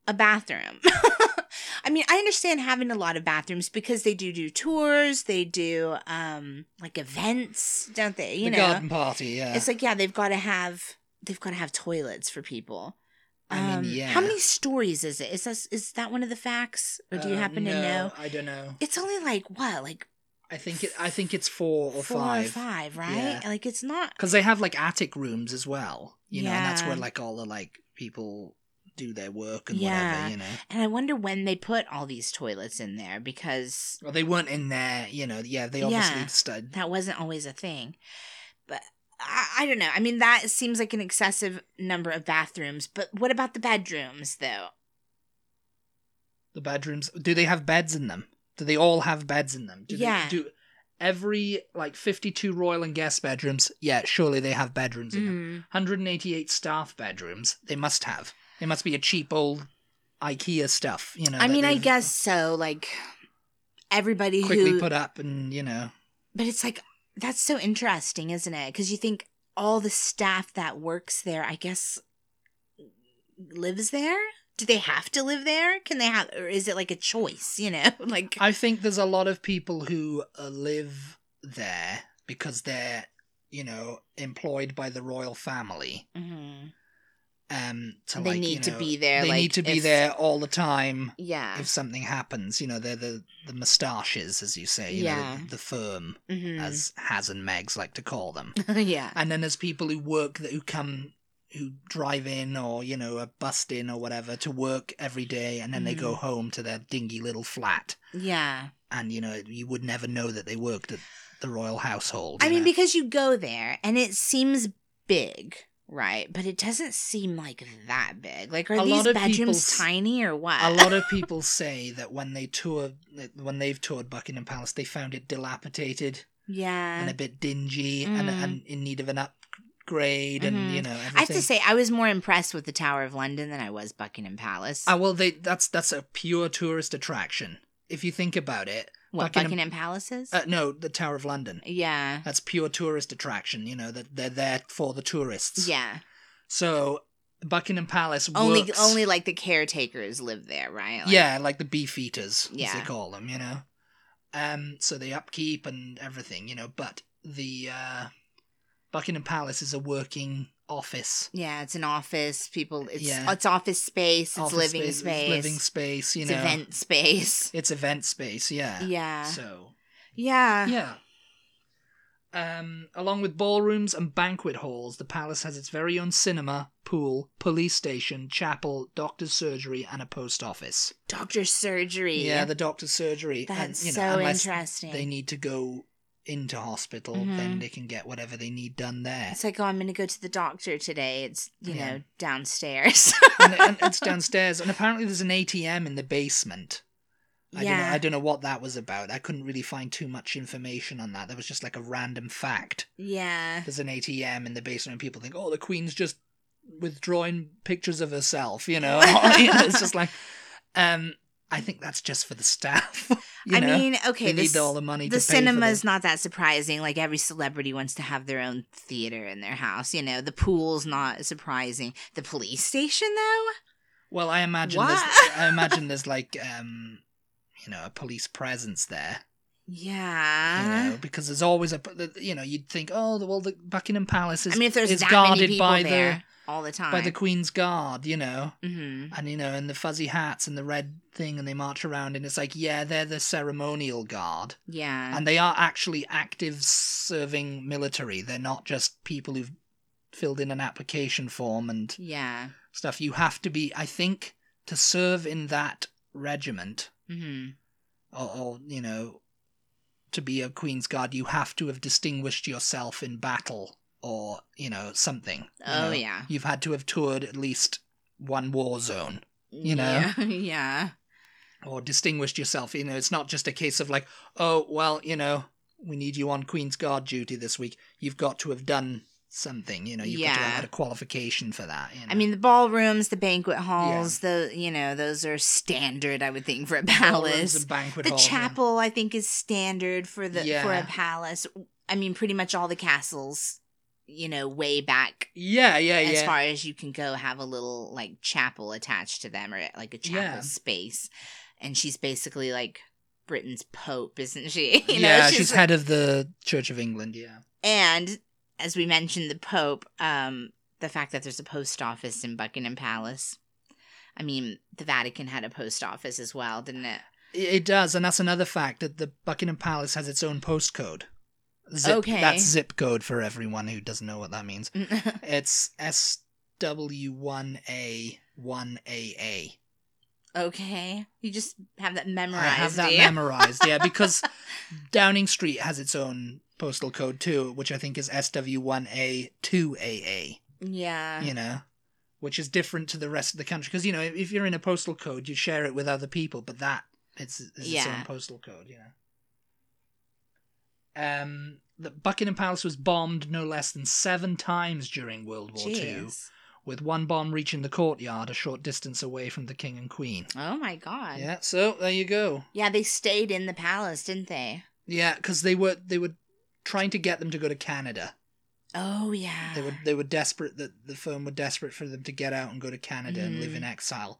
Speaker 2: a bathroom? [LAUGHS] I mean, I understand having a lot of bathrooms because they do do tours, they do um like events, don't they? You
Speaker 1: the
Speaker 2: know,
Speaker 1: garden party, yeah.
Speaker 2: it's like yeah, they've got to have they've got to have toilets for people.
Speaker 1: I mean,
Speaker 2: Um,
Speaker 1: yeah.
Speaker 2: How many stories is it? Is this is that one of the facts, or do you
Speaker 1: Uh,
Speaker 2: happen to
Speaker 1: no,
Speaker 2: know?
Speaker 1: I don't know.
Speaker 2: It's only like what, like
Speaker 1: I think it. I think it's four or
Speaker 2: four
Speaker 1: five.
Speaker 2: or five, right?
Speaker 1: Yeah.
Speaker 2: Like it's not.
Speaker 1: because they have like attic rooms as well you know and that's
Speaker 2: Yeah.
Speaker 1: where like all the like people do their work and
Speaker 2: Yeah.
Speaker 1: whatever you know
Speaker 2: And I wonder when they put all these toilets in there because
Speaker 1: well they weren't in there you know yeah they obviously
Speaker 2: Yeah.
Speaker 1: stud
Speaker 2: that wasn't always a thing. But I, I don't know. I mean, that seems like an excessive number of bathrooms. But what about the bedrooms, though?
Speaker 1: the bedrooms do they have beds in them do they all have beds in them do
Speaker 2: Yeah.
Speaker 1: they do every like 52 royal and guest bedrooms yeah surely they have bedrooms in them
Speaker 2: Mm.
Speaker 1: 188 staff bedrooms they must have they must be a cheap old ikea stuff you know
Speaker 2: I
Speaker 1: that
Speaker 2: mean, I
Speaker 1: they've
Speaker 2: guess so. Like everybody
Speaker 1: quickly
Speaker 2: who,
Speaker 1: put up and you know
Speaker 2: but it's like that's so interesting, isn't it? Because you think all the staff that works there, I guess, lives there. Do they have to live there? Can they have, or is it like a choice? You know, [LAUGHS] like
Speaker 1: I think there's a lot of people who uh, live there because they're, you know, employed by the royal family.
Speaker 2: Mhm.
Speaker 1: Um, to
Speaker 2: They
Speaker 1: like,
Speaker 2: need
Speaker 1: you
Speaker 2: to
Speaker 1: know,
Speaker 2: be there,
Speaker 1: They
Speaker 2: like,
Speaker 1: need to be
Speaker 2: if-
Speaker 1: there all the time.
Speaker 2: yeah,
Speaker 1: If something happens, you know, they're the the moustaches, as you say, you
Speaker 2: Yeah.
Speaker 1: know, the, the firm,
Speaker 2: Mhm.
Speaker 1: as Haz and Megs like to call them.
Speaker 2: [LAUGHS]
Speaker 1: [LAUGHS]
Speaker 2: yeah.
Speaker 1: and then there's people who work that who come who drive in or you know are bussed in or whatever to work every day, and then they
Speaker 2: Mhm.
Speaker 1: go home to their dingy little flat.
Speaker 2: Yeah.
Speaker 1: and you know you would never know that they worked at the royal household.
Speaker 2: I
Speaker 1: you
Speaker 2: mean,
Speaker 1: know.
Speaker 2: because you go there and it seems big, right? But it doesn't seem like that big. Like, are
Speaker 1: A
Speaker 2: these
Speaker 1: lot of people
Speaker 2: bedrooms
Speaker 1: s-
Speaker 2: tiny or what?
Speaker 1: a lot of
Speaker 2: [LAUGHS]
Speaker 1: people say that when they tour, that when they've toured Buckingham Palace, they found it dilapidated and
Speaker 2: yeah.
Speaker 1: a bit dingy and,
Speaker 2: Mm. Mm-hmm.
Speaker 1: and in need of an upgrade, and you know everything.
Speaker 2: I have to say, I was more impressed with the Tower of London than I was Buckingham Palace.
Speaker 1: ah, well, they that's that's a pure tourist attraction. If you think about it,
Speaker 2: what Buckingham,
Speaker 1: Buckingham-
Speaker 2: Palace is?
Speaker 1: uh, no, the Tower of London.
Speaker 2: yeah.
Speaker 1: That's pure tourist attraction. You know that they're there for the tourists.
Speaker 2: Yeah.
Speaker 1: So Buckingham Palace
Speaker 2: Only,
Speaker 1: works-
Speaker 2: only like the caretakers live there, right? Like-
Speaker 1: yeah, like the beefeaters, as
Speaker 2: Yeah.
Speaker 1: they call them, you know. Um, so they upkeep and everything, you know. But the uh, Buckingham Palace is a working office,
Speaker 2: Yeah, it's an office. People, it's
Speaker 1: Yeah.
Speaker 2: it's office space. It's
Speaker 1: office
Speaker 2: living
Speaker 1: it's
Speaker 2: space.
Speaker 1: living space, you
Speaker 2: it's
Speaker 1: know.
Speaker 2: event space.
Speaker 1: It's event space, yeah.
Speaker 2: Yeah.
Speaker 1: So
Speaker 2: Yeah.
Speaker 1: yeah. Um, along with ballrooms and banquet halls, the palace has its very own cinema, pool, police station, chapel, doctor's surgery, and a post office.
Speaker 2: Doctor surgery.
Speaker 1: Yeah, the doctor's surgery.
Speaker 2: that's
Speaker 1: and, you know,
Speaker 2: so
Speaker 1: unless
Speaker 2: interesting.
Speaker 1: They need to go into hospital, then they can get whatever they need done there.
Speaker 2: Mm-hmm. it's like, oh, I'm going to go to the doctor today. It's, you
Speaker 1: Yeah.
Speaker 2: know, downstairs. [LAUGHS]
Speaker 1: and, and it's downstairs, and apparently there's an ATM in the basement. I don't know,
Speaker 2: yeah.
Speaker 1: I don't know what that was about. I couldn't really find too much information on that. That was just like a random fact.
Speaker 2: Yeah.
Speaker 1: There's an ATM in the basement, and people think, "Oh, the Queen's just withdrawing pictures of herself," you
Speaker 2: [LAUGHS]
Speaker 1: know. [LAUGHS] it's just like, um, I think that's just for the staff. [LAUGHS] you
Speaker 2: I
Speaker 1: know?
Speaker 2: mean, okay,
Speaker 1: they
Speaker 2: this,
Speaker 1: need all the money.
Speaker 2: the
Speaker 1: to pay for
Speaker 2: cinema's
Speaker 1: the-
Speaker 2: not that surprising. Like every celebrity wants to have their own theater in their house. You know, the pool's not surprising. The police station, though,
Speaker 1: Well, I imagine there's,
Speaker 2: What?
Speaker 1: I imagine there's like, um, you know, a police presence there.
Speaker 2: yeah.
Speaker 1: you know, because there's always a you know you'd think oh well the Buckingham Palace is
Speaker 2: I mean, if there's
Speaker 1: is
Speaker 2: that many
Speaker 1: guarded
Speaker 2: people
Speaker 1: by the-
Speaker 2: there all the time,
Speaker 1: by the Queen's Guard, you know,
Speaker 2: hmm
Speaker 1: and you know, and the fuzzy hats and the red thing, and they march around, and it's like yeah, they're the ceremonial guard,
Speaker 2: yeah,
Speaker 1: and they are actually active serving military. They're not just people who've filled in an application form and
Speaker 2: yeah,
Speaker 1: stuff. You have to be, I think, to serve in that regiment
Speaker 2: hmm
Speaker 1: or, or you know, to be a Queen's Guard, you have to have distinguished yourself in battle or you know something. you
Speaker 2: oh
Speaker 1: know.
Speaker 2: yeah,
Speaker 1: you've had to have toured at least one war zone You know.
Speaker 2: yeah, [LAUGHS] yeah.
Speaker 1: or distinguished yourself. You know, it's not just a case of like, oh well, you know, we need you on Queen's Guard duty this week. You've got to have done something. You know, you've got to
Speaker 2: Yeah.
Speaker 1: have had a qualification for that. You know?
Speaker 2: I mean, the ballrooms, the banquet halls, the you know, those are standard, I would think, for a
Speaker 1: Ballrooms
Speaker 2: palace.
Speaker 1: and banquet
Speaker 2: the
Speaker 1: halls and-
Speaker 2: chapel i think is standard for the for a
Speaker 1: Yeah.
Speaker 2: palace i mean pretty much all the castles you know way back
Speaker 1: Yeah, yeah, Uh, yeah.
Speaker 2: as far as you can go have a little like chapel attached to them or like a chapel
Speaker 1: Yeah.
Speaker 2: space and she's basically like britain's pope isn't she [LAUGHS] you know
Speaker 1: yeah, she's, head of the Church of England. Yeah.
Speaker 2: and as we mentioned the pope um the fact that there's a post office in buckingham palace i mean the vatican had a post office as well didn't it
Speaker 1: It it does, and that's another fact that the Buckingham Palace has its own postcode. Zip,
Speaker 2: Okay.
Speaker 1: That's zip code for everyone who doesn't know what that means. It's SW1A1AA.
Speaker 2: [LAUGHS] Okay. You just have that
Speaker 1: I
Speaker 2: memorized.
Speaker 1: have that
Speaker 2: do you?
Speaker 1: memorized, yeah, because Downing Street has its own postal code too, which I think is SW1A2AA,
Speaker 2: yeah.
Speaker 1: you know, which is different to the rest of the country. Because, you know, if you're in a postal code, you share it with other people, but that it's, it's its
Speaker 2: Yeah.
Speaker 1: own postal code, you know. Um, the Buckingham Palace was bombed no less than seven times during World War Two,
Speaker 2: Jeez.
Speaker 1: with one bomb reaching the courtyard a short distance away from the King and Queen.
Speaker 2: Oh my god. Yeah.
Speaker 1: Yeah, so there you go.
Speaker 2: they stayed in the palace, didn't they?
Speaker 1: Yeah, because they were they were trying to get them to go to Canada.
Speaker 2: Oh yeah.
Speaker 1: They were they were desperate that the firm were desperate for them to get out and go to Canada and live
Speaker 2: Mhm.
Speaker 1: in exile.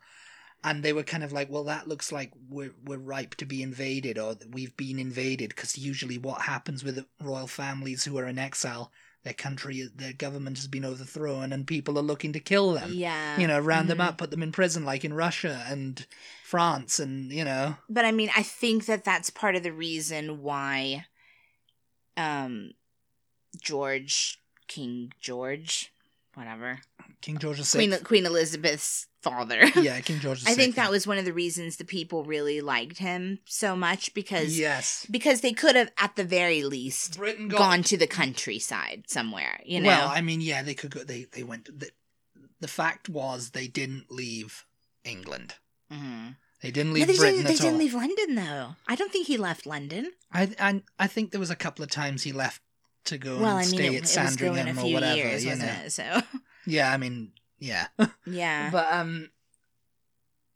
Speaker 1: And they were kind of like, well, that looks like we're we're ripe to be invaded, or that we've been invaded. Because usually, what happens with the royal families who are in exile, their country, their government has been overthrown, and people are looking to kill them.
Speaker 2: yeah.
Speaker 1: You know, round them
Speaker 2: Mhm.
Speaker 1: up, put them in prison, like in Russia and France, and you know,
Speaker 2: But I mean, I think that that's part of the reason why um George King George, whatever.
Speaker 1: King George VI.
Speaker 2: Queen Queen Elizabeth's father. [LAUGHS]
Speaker 1: yeah, King George VI.
Speaker 2: I think that was one of the reasons the people really liked him so much because
Speaker 1: yes.
Speaker 2: because they could have at the very least
Speaker 1: Britain got
Speaker 2: gone to the countryside somewhere, you know.
Speaker 1: Well, I mean, yeah, they could go. They they went. The, the fact was they didn't leave England.
Speaker 2: Mhm.
Speaker 1: They didn't
Speaker 2: No,
Speaker 1: leave
Speaker 2: they
Speaker 1: Britain
Speaker 2: didn't, they
Speaker 1: at
Speaker 2: didn't
Speaker 1: all.
Speaker 2: leave London though. I don't think he left London.
Speaker 1: I, I I think there was a couple of times he left to go
Speaker 2: well,
Speaker 1: and
Speaker 2: I mean,
Speaker 1: stay
Speaker 2: it,
Speaker 1: at
Speaker 2: it was going a
Speaker 1: Sandringham
Speaker 2: few
Speaker 1: or whatever.
Speaker 2: years,
Speaker 1: you
Speaker 2: wasn't
Speaker 1: know.
Speaker 2: it? So [LAUGHS]
Speaker 1: Yeah, I mean, yeah,
Speaker 2: yeah,
Speaker 1: but um,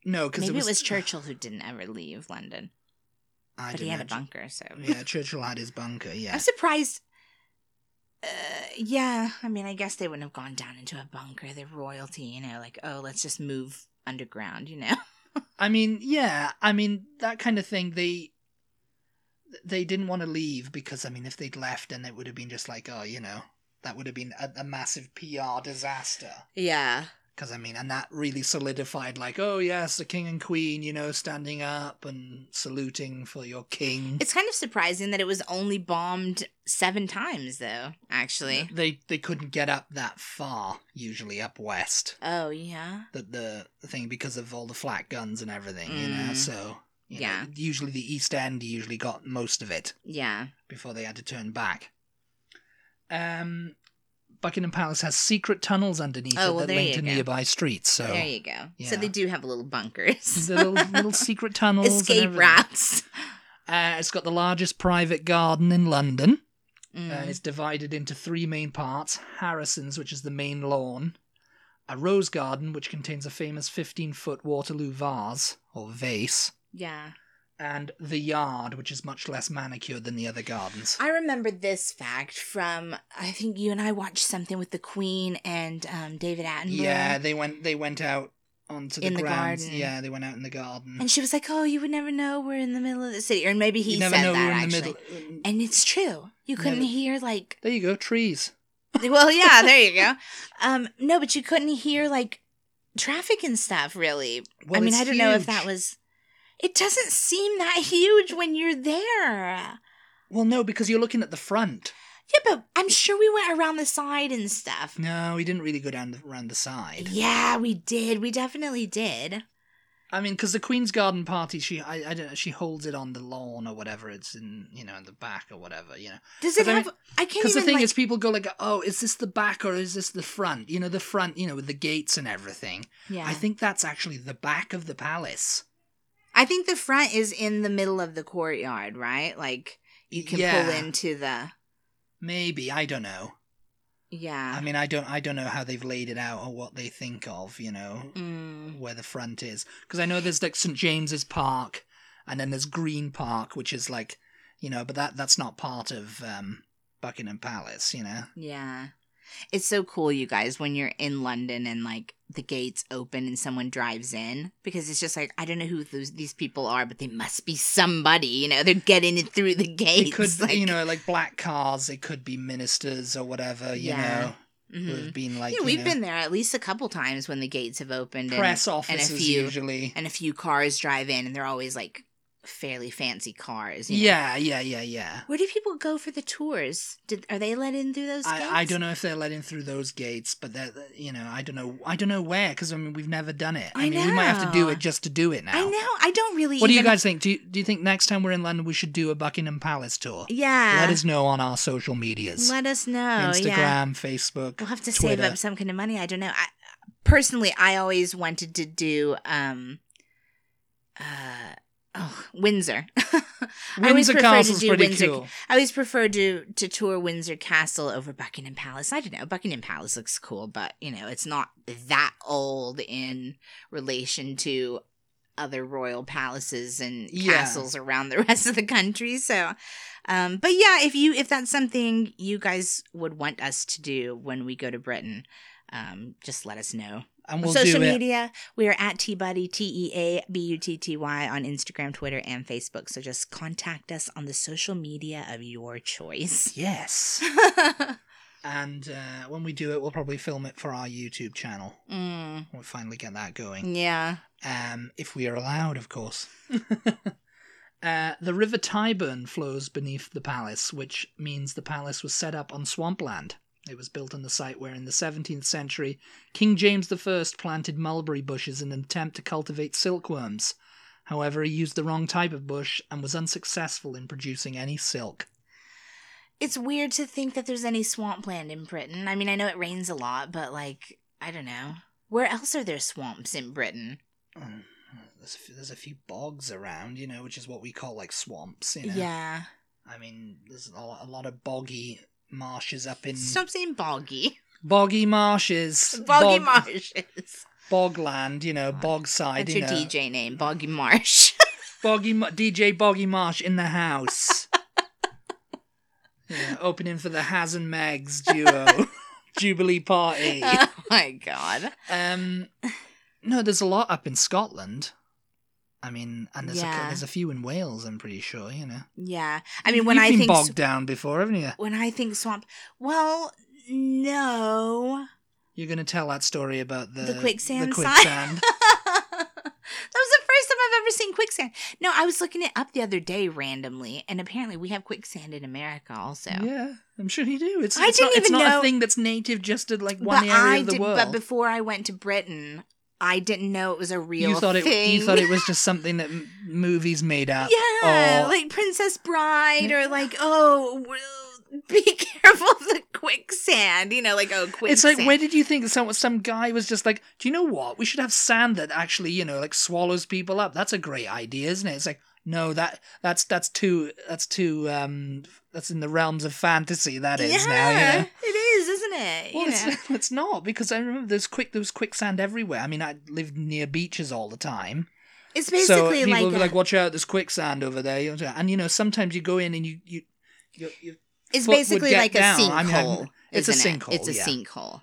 Speaker 1: no, because
Speaker 2: maybe
Speaker 1: it was, [SIGHS]
Speaker 2: Churchill who didn't ever leave London,
Speaker 1: I
Speaker 2: but he
Speaker 1: don't
Speaker 2: had a
Speaker 1: know.
Speaker 2: bunker. So
Speaker 1: Yeah, Churchill had his
Speaker 2: [LAUGHS]
Speaker 1: bunker. Yeah,
Speaker 2: I'm surprised. Uh, yeah, I mean, I guess they wouldn't have gone down into a bunker. They're royalty, you know. Like, oh, let's just move underground,
Speaker 1: [LAUGHS]
Speaker 2: you know.
Speaker 1: I mean, yeah, I mean that kind of thing. They they didn't want to leave because I mean, if they'd left, then it would have been just like, oh, you know, that would have been a, a massive PR disaster.
Speaker 2: Yeah,
Speaker 1: Because I mean, and that really solidified, like, oh yes, the king and queen, you know, standing up and saluting for your king.
Speaker 2: It's kind of surprising that it was only bombed seven times, though, actually.
Speaker 1: They they couldn't get up that far usually up west.
Speaker 2: Oh, yeah.
Speaker 1: The the, the thing because of all the flat guns and everything, you know.
Speaker 2: Mm.
Speaker 1: So you know,
Speaker 2: Yeah.
Speaker 1: usually the East End usually got most of it
Speaker 2: Yeah.
Speaker 1: before they had to turn back. Um, Buckingham Palace has secret tunnels underneath
Speaker 2: Oh,
Speaker 1: it
Speaker 2: well,
Speaker 1: that
Speaker 2: there
Speaker 1: link
Speaker 2: you
Speaker 1: to
Speaker 2: go.
Speaker 1: nearby streets. So
Speaker 2: there you go.
Speaker 1: yeah.
Speaker 2: So they do have little bunkers,
Speaker 1: the [LAUGHS] little,
Speaker 2: [LAUGHS]
Speaker 1: little secret tunnels, and
Speaker 2: escape
Speaker 1: everything.
Speaker 2: routes.
Speaker 1: Uh, it's got the largest private garden in London.
Speaker 2: Mm.
Speaker 1: and it's divided into three main parts Harrison's, which is the main lawn, a rose garden, which contains a famous 15 foot Waterloo vase or vase,
Speaker 2: yeah.
Speaker 1: and the yard, which is much less manicured than the other gardens.
Speaker 2: I remember this fact from, I think you and I watched something with the Queen and um, David Attenborough.
Speaker 1: yeah, they went they went out onto the
Speaker 2: In the
Speaker 1: grounds.
Speaker 2: garden.
Speaker 1: Yeah, they went out in the garden.
Speaker 2: And she was like, oh, you would never know we're in the middle of the city. Or maybe he
Speaker 1: you never
Speaker 2: said
Speaker 1: know
Speaker 2: that,
Speaker 1: we're in the
Speaker 2: actually.
Speaker 1: middle. mm,
Speaker 2: And it's true. You couldn't
Speaker 1: Never-
Speaker 2: hear, like, [LAUGHS]
Speaker 1: There you go, trees.
Speaker 2: well, yeah, there
Speaker 1: [LAUGHS]
Speaker 2: you go. Um, no, but you couldn't hear like traffic and stuff. Really,
Speaker 1: Well,
Speaker 2: I mean,
Speaker 1: it's
Speaker 2: I don't know if
Speaker 1: huge.
Speaker 2: that was. It doesn't seem that huge when you're there.
Speaker 1: Well, no, because you're looking at the front.
Speaker 2: Yeah, but I'm sure we went around the side and stuff.
Speaker 1: No, we didn't really go down the, around the side.
Speaker 2: Yeah, we did. We definitely did.
Speaker 1: I mean, because the Queen's Garden Party, she I, I don't know, she holds it on the lawn or whatever. It's in you know in the back or whatever, you know.
Speaker 2: Does
Speaker 1: But
Speaker 2: it
Speaker 1: I mean-
Speaker 2: have? I can't
Speaker 1: Because
Speaker 2: even.
Speaker 1: the thing
Speaker 2: like,
Speaker 1: is, people go like, oh, is this the back or is this the front? You know, the front, you know, with the gates and everything.
Speaker 2: yeah,
Speaker 1: I think that's actually the back of the palace.
Speaker 2: I think the front is in the middle of the courtyard, right? Like you can pull
Speaker 1: Yeah.
Speaker 2: into the.
Speaker 1: Maybe I don't know. I
Speaker 2: Yeah.
Speaker 1: mean, I don't I don't know how they've laid it out or what they think of. You know,
Speaker 2: Mm.
Speaker 1: where the front is because I know there's like St James's Park and then there's Green Park, which is like you know, but that that's not part of um, Buckingham Palace. You know.
Speaker 2: Yeah. It's so cool, you guys, when you're in London and like the gates open and someone drives in because it's just like, I don't know who those, these people are, but they must be somebody, you know, they're getting it through the gates.
Speaker 1: it could
Speaker 2: like,
Speaker 1: you know like black cars it could be ministers or whatever you
Speaker 2: Yeah.
Speaker 1: know who
Speaker 2: mhm.
Speaker 1: have been like
Speaker 2: Yeah,
Speaker 1: you
Speaker 2: we've
Speaker 1: know,
Speaker 2: been there at least a couple times when the gates have opened and-
Speaker 1: press officers
Speaker 2: few-
Speaker 1: usually
Speaker 2: and, a few cars drive in and they're always like fairly fancy cars. you know.
Speaker 1: yeah yeah yeah yeah
Speaker 2: Where do people go for the tours? Did Are they let in through those gates?
Speaker 1: I, I don't know if they're letting through those gates but they're they're- you know i don't know i don't know where because i mean we've never done it i,
Speaker 2: I
Speaker 1: mean we might have to do
Speaker 2: know.
Speaker 1: it just to do it now
Speaker 2: I know. I don't really
Speaker 1: what do you
Speaker 2: even-
Speaker 1: guys think do you, do you think next time we're in london we should do a buckingham palace tour
Speaker 2: Yeah.
Speaker 1: let us know on our social medias
Speaker 2: Let us know.
Speaker 1: instagram
Speaker 2: Yeah.
Speaker 1: facebook
Speaker 2: We'll have to
Speaker 1: Twitter.
Speaker 2: save up some kind of money. I don't know. I, personally, I always wanted to do um, uh, oh, Windsor. [LAUGHS] I always
Speaker 1: windsor
Speaker 2: prefer to
Speaker 1: castle's
Speaker 2: do
Speaker 1: pretty
Speaker 2: Windsor-
Speaker 1: cool
Speaker 2: I always prefer to to tour Windsor Castle over Buckingham Palace. I don't know. Buckingham Palace looks cool, but you know, it's not that old in relation to other royal palaces and
Speaker 1: Yeah.
Speaker 2: castles around the [LAUGHS] rest of the country. So, um, but yeah, if you if that's something you guys would want us to do when we go to Britain, um, just let us know.
Speaker 1: and we'll
Speaker 2: Social
Speaker 1: do it
Speaker 2: media, we are at T Buddy T E A B U T T Y on Instagram, Twitter, and Facebook. So just contact us on the social media of your
Speaker 1: [LAUGHS]
Speaker 2: choice.
Speaker 1: yes And uh, when we do it, we'll probably film it for our YouTube channel.
Speaker 2: Mm,
Speaker 1: We'll finally get that going.
Speaker 2: yeah.
Speaker 1: Um, if we are allowed, of course. [LAUGHS] uh, the River Tyburn flows beneath the palace, which means the palace was set up on swampland. It was built on the site where, in the 17th century, King James I planted mulberry bushes in an attempt to cultivate silkworms. However, he used the wrong type of bush and was unsuccessful in producing any silk.
Speaker 2: It's weird to think that there's any swampland in Britain. I mean, I know it rains a lot, but like, I don't know. Where else are there swamps in Britain?
Speaker 1: Mm, There's a, few, there's a few bogs around, you know, which is what we call like swamps. You know?
Speaker 2: Yeah.
Speaker 1: I mean, there's a lot, a lot of boggy marshes up in
Speaker 2: Stop saying boggy.
Speaker 1: [LAUGHS] boggy marshes,
Speaker 2: Boggy
Speaker 1: bog,
Speaker 2: marshes.
Speaker 1: bogland. You know, bog side.
Speaker 2: That's
Speaker 1: you
Speaker 2: your
Speaker 1: know,
Speaker 2: DJ name,
Speaker 1: [LAUGHS]
Speaker 2: Boggy Marsh. [LAUGHS]
Speaker 1: boggy Ma- DJ boggy marsh in the
Speaker 2: [LAUGHS]
Speaker 1: house. yeah, opening for the Haz and Megs
Speaker 2: [LAUGHS]
Speaker 1: duo Jubilee Party.
Speaker 2: oh my god.
Speaker 1: Um, no, there's a lot up in Scotland. I mean, and there's a,
Speaker 2: Yeah.
Speaker 1: there's a few in Wales. I'm pretty sure. You know.
Speaker 2: Yeah. I mean, when
Speaker 1: You've
Speaker 2: I
Speaker 1: been
Speaker 2: think
Speaker 1: bogged down before, haven't you?
Speaker 2: when I think swamp, well, no,
Speaker 1: You're going to tell that story about the,
Speaker 2: The quicksand
Speaker 1: the
Speaker 2: side.
Speaker 1: quicksand.
Speaker 2: [LAUGHS] that was the first time I've ever seen quicksand. No, I was looking it up the other day randomly, and apparently we have quicksand in America also.
Speaker 1: Yeah, I'm sure you do. It's,
Speaker 2: I
Speaker 1: it's not,
Speaker 2: didn't
Speaker 1: it's
Speaker 2: even
Speaker 1: not a
Speaker 2: know-
Speaker 1: thing that's native just to like one area
Speaker 2: I
Speaker 1: of the
Speaker 2: did-
Speaker 1: world.
Speaker 2: But before I went to Britain, I didn't know it was a real
Speaker 1: you thought
Speaker 2: thing.
Speaker 1: it you thought it was just something that m- movies made up.
Speaker 2: [LAUGHS] yeah,
Speaker 1: or-
Speaker 2: like Princess Bride, or like oh, well, be [LAUGHS] careful of the quicksand. You know, like oh, quicksand.
Speaker 1: It's like, where did you think some some guy was just like, do you know what? We should have sand that actually, you know, like swallows people up. That's a great idea, isn't it? It's like, no, that that's that's too that's too um that's in the realms of fantasy. That is now, you know.
Speaker 2: it is, isn't it?
Speaker 1: [LAUGHS] Well,
Speaker 2: you know?
Speaker 1: it's, it's not because I remember there's quick there was quicksand everywhere. I mean, I lived near beaches all the time,
Speaker 2: It's
Speaker 1: so
Speaker 2: basically
Speaker 1: people
Speaker 2: like,
Speaker 1: were
Speaker 2: a-
Speaker 1: like, "Watch out, there's quicksand over there." You know, And you know, sometimes you go in and you you you,
Speaker 2: [COUGHS]
Speaker 1: you
Speaker 2: it's
Speaker 1: foot would
Speaker 2: basically
Speaker 1: get
Speaker 2: like a
Speaker 1: down.
Speaker 2: sinkhole.
Speaker 1: I mean, I- it's a
Speaker 2: isn't it?
Speaker 1: sinkhole,
Speaker 2: It's a
Speaker 1: yeah.
Speaker 2: sinkhole.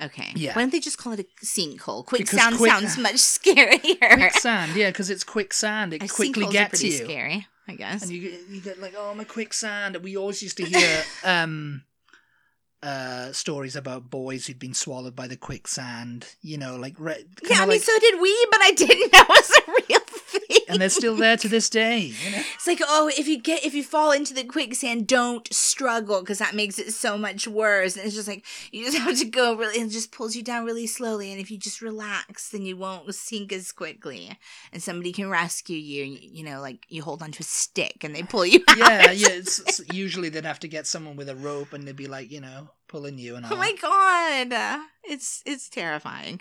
Speaker 2: Okay.
Speaker 1: Yeah.
Speaker 2: Why don't they just call it a sinkhole? Quick
Speaker 1: Because
Speaker 2: sound
Speaker 1: quick-
Speaker 2: sounds much [LAUGHS] scarier.
Speaker 1: quicksand, yeah, because it's quicksand. It
Speaker 2: A
Speaker 1: quickly
Speaker 2: sinkholes are
Speaker 1: gets
Speaker 2: pretty
Speaker 1: you.
Speaker 2: Scary, I guess.
Speaker 1: and you get, you get like, oh, my quicksand. We always used to
Speaker 2: [LAUGHS]
Speaker 1: hear um, uh, stories about boys who'd been swallowed by the quicksand. You know, like re-
Speaker 2: Yeah, I
Speaker 1: kinda
Speaker 2: mean,
Speaker 1: like,
Speaker 2: so did we, but I didn't [LAUGHS] know it was a real thing.
Speaker 1: and they're still there to this day. You
Speaker 2: [LAUGHS]
Speaker 1: know,
Speaker 2: It's like, oh, if you get if you fall into the quicksand, don't struggle because that makes it so much worse. And it's just like you just [LAUGHS] have to go really, it just pulls you down really slowly. And if you just relax, then you won't sink as quickly. And somebody can rescue you. And, you know, like you hold onto a stick and they pull you out. [LAUGHS]
Speaker 1: yeah, yeah. It's, it's- usually they'd have to get someone with a rope, and they'd be like, you know, pulling you and all.
Speaker 2: Oh my god, it's it's terrifying.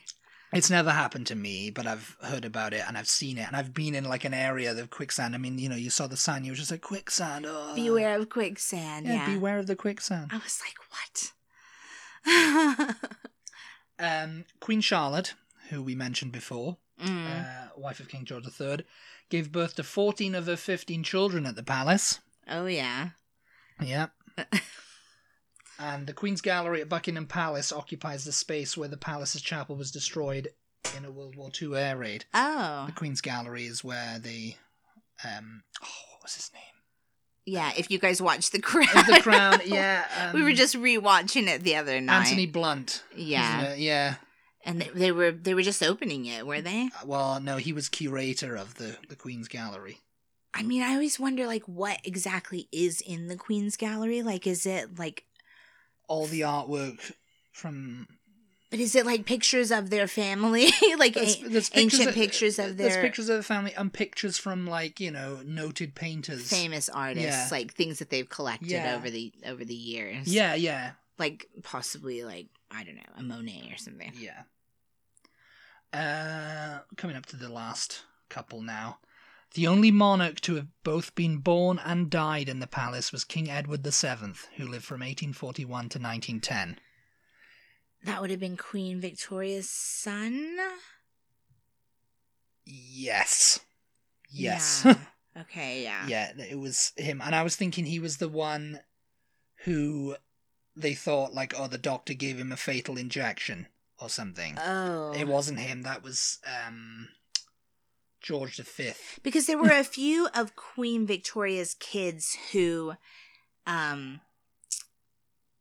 Speaker 1: It's never happened to me, but I've heard about it and I've seen it, and I've been in like an area of quicksand. I mean, you know, you saw the sign, you were just like quicksand. Oh.
Speaker 2: Beware of quicksand.
Speaker 1: Yeah,
Speaker 2: Yeah.
Speaker 1: beware of the quicksand.
Speaker 2: I was [LAUGHS] like, what? Ah.
Speaker 1: Um, Queen Charlotte, who we mentioned before,
Speaker 2: Mm.
Speaker 1: uh, wife of King George III, gave birth to 14 of her 15 children at the palace.
Speaker 2: oh yeah. [LAUGHS]
Speaker 1: Yeah. and the Queen's Gallery at Buckingham Palace occupies the space where the palace's chapel was destroyed in a World War II air raid.
Speaker 2: Oh.
Speaker 1: The Queen's Gallery is where the. Um, oh, what was his
Speaker 2: [LAUGHS]
Speaker 1: name?
Speaker 2: Yeah, if you guys watch The Crown.
Speaker 1: Of the
Speaker 2: [LAUGHS]
Speaker 1: Crown, yeah. Um,
Speaker 2: we were just rewatching it the other night.
Speaker 1: Anthony Blunt.
Speaker 2: Yeah.
Speaker 1: isn't it? Yeah.
Speaker 2: And they, they were they were just opening it, were they?
Speaker 1: Uh, Well, no, he was curator of the, the Queen's Gallery.
Speaker 2: I mean, I always wonder like what exactly is in the Queen's Gallery? Like is it like
Speaker 1: All the artwork from
Speaker 2: but is it like pictures of their family? [LAUGHS] like
Speaker 1: There's-
Speaker 2: a-
Speaker 1: there's
Speaker 2: ancient pictures of
Speaker 1: There's
Speaker 2: their-
Speaker 1: pictures of the family and pictures from like you know noted painters.
Speaker 2: famous artists,
Speaker 1: Yeah.
Speaker 2: like things that they've collected
Speaker 1: Yeah.
Speaker 2: over the over the years.
Speaker 1: Yeah, yeah,
Speaker 2: Like possibly like I don't know, a Monet or something.
Speaker 1: yeah. Uh, coming up to the last couple now. The only monarch to have both been born and died in the palace was King Edward VII, who lived from 1841 to 1910.
Speaker 2: That would have been Queen Victoria's son.
Speaker 1: Yes. Yes.
Speaker 2: Yeah. [LAUGHS] okay, yeah.
Speaker 1: [LAUGHS] yeah th- it was him and i was thinking he was the one who they thought like oh the doctor gave him a fatal injection or something
Speaker 2: Oh.
Speaker 1: it wasn't him that was um george v
Speaker 2: because there were a few of Queen Victoria's kids who um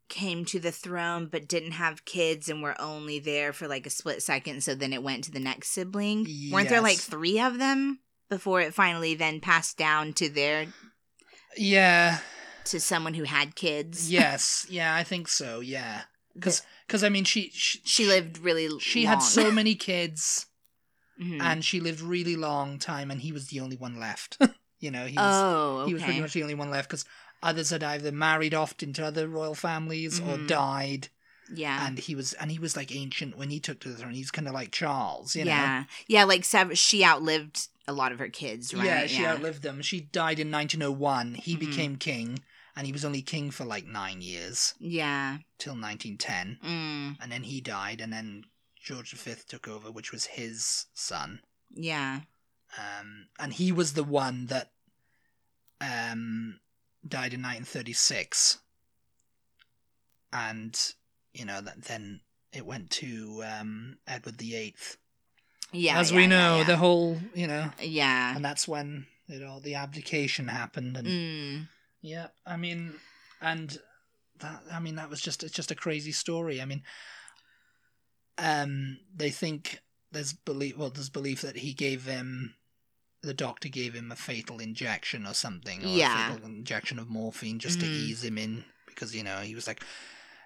Speaker 2: came to the throne but didn't have kids and were only there for like a split second so then it went to the next sibling. Weren't there like
Speaker 1: Yes.
Speaker 2: 3 of them before it finally then passed down to their
Speaker 1: yeah
Speaker 2: to someone who had [LAUGHS] kids?
Speaker 1: yes yeah i think so yeah because because i mean she she,
Speaker 2: She lived really
Speaker 1: she had
Speaker 2: long.
Speaker 1: so many kids
Speaker 2: Mhm.
Speaker 1: and she lived really long time and he was the only one left [LAUGHS] you know he was
Speaker 2: Oh, okay.
Speaker 1: he was pretty much the only one left because others had either married off into other royal families or
Speaker 2: Mhm.
Speaker 1: died
Speaker 2: yeah.
Speaker 1: and he was and he was like ancient when he took to the throne he's kind of like charles you know
Speaker 2: yeah. Yeah, like sev- she outlived a lot of her kids, right?
Speaker 1: yeah she outlived them she died in 1901 he
Speaker 2: Mhm.
Speaker 1: became king and he was only king for like nine years
Speaker 2: Yeah.
Speaker 1: till 1910
Speaker 2: Mm.
Speaker 1: and then he died and then george v took over which was his son
Speaker 2: Yeah.
Speaker 1: um, and he was the one that um, died in 1936 and you know that then it went to um, edward the eighth
Speaker 2: Yeah.
Speaker 1: as
Speaker 2: yeah,
Speaker 1: we
Speaker 2: yeah,
Speaker 1: know
Speaker 2: yeah.
Speaker 1: the whole you know
Speaker 2: Yeah.
Speaker 1: and that's when you know the abdication happened and
Speaker 2: Mm.
Speaker 1: yeah i mean and that i mean that was just it's just a crazy story i mean um, they think there's belief. Well, there's belief that he gave him, the doctor gave him a fatal injection or something, or
Speaker 2: Yeah.
Speaker 1: a fatal injection of morphine just to
Speaker 2: Mhm.
Speaker 1: ease him in because you know he was like,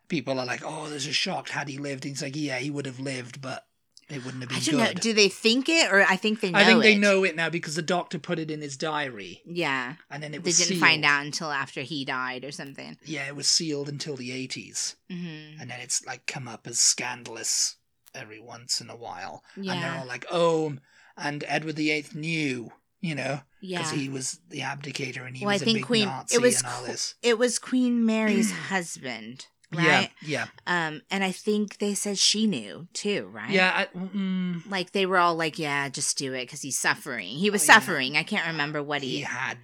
Speaker 1: people are like, oh, this is shocked. Had he lived, he's like, yeah, he would have lived, but it wouldn't have been
Speaker 2: I don't
Speaker 1: good.
Speaker 2: know. Do they think it or I think they know
Speaker 1: I think they
Speaker 2: it.
Speaker 1: know it now because the doctor put it in his diary,
Speaker 2: Yeah.
Speaker 1: and then
Speaker 2: They
Speaker 1: it
Speaker 2: didn't
Speaker 1: was sealed.
Speaker 2: find out until after he died or something.
Speaker 1: Yeah, it was sealed until the eighties,
Speaker 2: hmm
Speaker 1: and then it's like come up as scandalous every once in a while, and they're
Speaker 2: Yeah.
Speaker 1: all like, oh, and Edward the Eighth knew, you know,
Speaker 2: Yeah.
Speaker 1: because he was the abdicator and he
Speaker 2: Well, I
Speaker 1: was
Speaker 2: think
Speaker 1: a big
Speaker 2: Queen-
Speaker 1: Nazi
Speaker 2: it was
Speaker 1: and all
Speaker 2: Qu-
Speaker 1: this.
Speaker 2: it was
Speaker 1: [CLEARS THROAT]
Speaker 2: Queen Mary's husband,
Speaker 1: Yeah,
Speaker 2: right?
Speaker 1: yeah,
Speaker 2: Um, and I think they said she knew too, right?
Speaker 1: yeah. I, mm,
Speaker 2: Like they were all like, "Yeah, just do it," because he's suffering. He was
Speaker 1: Oh, yeah.
Speaker 2: suffering. I can't remember what he,
Speaker 1: he had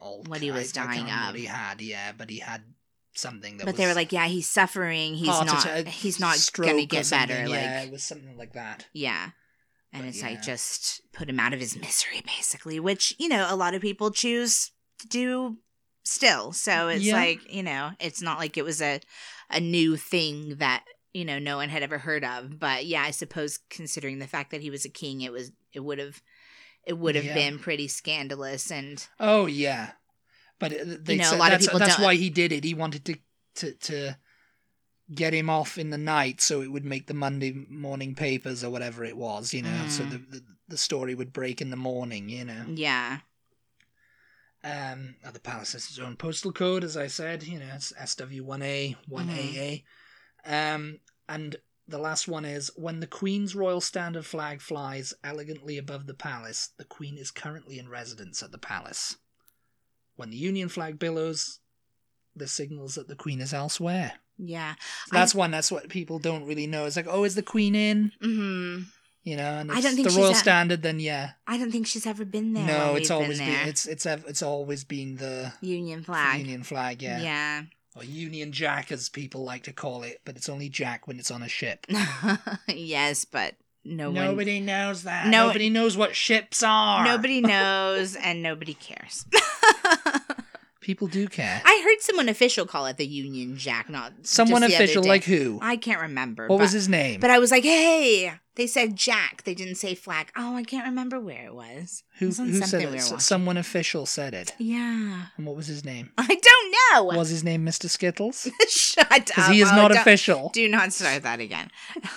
Speaker 1: all
Speaker 2: what he
Speaker 1: ki-
Speaker 2: was
Speaker 1: I can't
Speaker 2: dying
Speaker 1: remember
Speaker 2: of.
Speaker 1: What he had, yeah, but he had something that.
Speaker 2: but
Speaker 1: was
Speaker 2: they were like, "Yeah, he's suffering. He's
Speaker 1: heart
Speaker 2: not.
Speaker 1: attack,
Speaker 2: He's not
Speaker 1: stroke
Speaker 2: gonna
Speaker 1: or
Speaker 2: get better."
Speaker 1: something, yeah, it
Speaker 2: Like,
Speaker 1: was something like that.
Speaker 2: yeah. And
Speaker 1: But
Speaker 2: it's
Speaker 1: yeah.
Speaker 2: like just put him out of his misery, basically, which you know a lot of people choose to do still. So it's
Speaker 1: Yeah.
Speaker 2: like you know, it's not like it was a a new thing that you know no one had ever heard of. But yeah, I suppose considering the fact that he was a king, it was it would have it would have
Speaker 1: Yeah.
Speaker 2: been pretty scandalous and
Speaker 1: Oh yeah, but it- they
Speaker 2: You know, a
Speaker 1: said
Speaker 2: lot of
Speaker 1: that's,
Speaker 2: people
Speaker 1: that's
Speaker 2: don't-
Speaker 1: why he did it. He wanted to to to get him off in the night so it would make the Monday morning papers or whatever it was, you know. So
Speaker 2: Mm.
Speaker 1: the, the the story would break in the morning, you know.
Speaker 2: yeah,
Speaker 1: Um, oh, the palace has its own postal code, as I said. You know, it's SW1A, 1AA.
Speaker 2: Mm-hmm.
Speaker 1: Um, and the last one is when the Queen's Royal Standard flag flies elegantly above the palace, the Queen is currently in residence at the palace. When the Union flag billows, this signals that the Queen is elsewhere.
Speaker 2: yeah.
Speaker 1: So that's one. That's what people don't really know. It's like, oh, is the Queen in?
Speaker 2: hmm
Speaker 1: You know, and
Speaker 2: I
Speaker 1: it's
Speaker 2: don't think
Speaker 1: the
Speaker 2: she's
Speaker 1: Royal
Speaker 2: at-
Speaker 1: Standard. Then yeah,
Speaker 2: I don't think she's ever been there.
Speaker 1: no,
Speaker 2: when
Speaker 1: it's
Speaker 2: we've
Speaker 1: always
Speaker 2: been
Speaker 1: been,
Speaker 2: there.
Speaker 1: it's it's ev- it's always been the
Speaker 2: Union flag.
Speaker 1: Union flag, yeah.
Speaker 2: yeah.
Speaker 1: Or Union Jack, as people like to call it, but it's only Jack when it's on a ship.
Speaker 2: [LAUGHS] yes, but no one
Speaker 1: Nobody knows that.
Speaker 2: No-
Speaker 1: Nobody knows what ships are.
Speaker 2: Nobody knows and nobody cares. [LAUGHS]
Speaker 1: People do care.
Speaker 2: I heard someone official call it the Union Jack, not just
Speaker 1: Someone
Speaker 2: the other
Speaker 1: official,
Speaker 2: day.
Speaker 1: like who?
Speaker 2: I can't remember.
Speaker 1: What
Speaker 2: but,
Speaker 1: was his name?
Speaker 2: But I was like, hey, they said Jack. They didn't say flag. Oh, I can't remember where it was. it
Speaker 1: Who,
Speaker 2: was on
Speaker 1: who said
Speaker 2: something
Speaker 1: it?
Speaker 2: we were
Speaker 1: S-
Speaker 2: watching.
Speaker 1: Someone official said it.
Speaker 2: Yeah, [LAUGHS]
Speaker 1: And what was his name?
Speaker 2: I don't know.
Speaker 1: Was his name Mr. Skittles?
Speaker 2: [LAUGHS] Shut up.
Speaker 1: Because he is
Speaker 2: Oh,
Speaker 1: not
Speaker 2: don't-
Speaker 1: official.
Speaker 2: Do not start that again. [LAUGHS]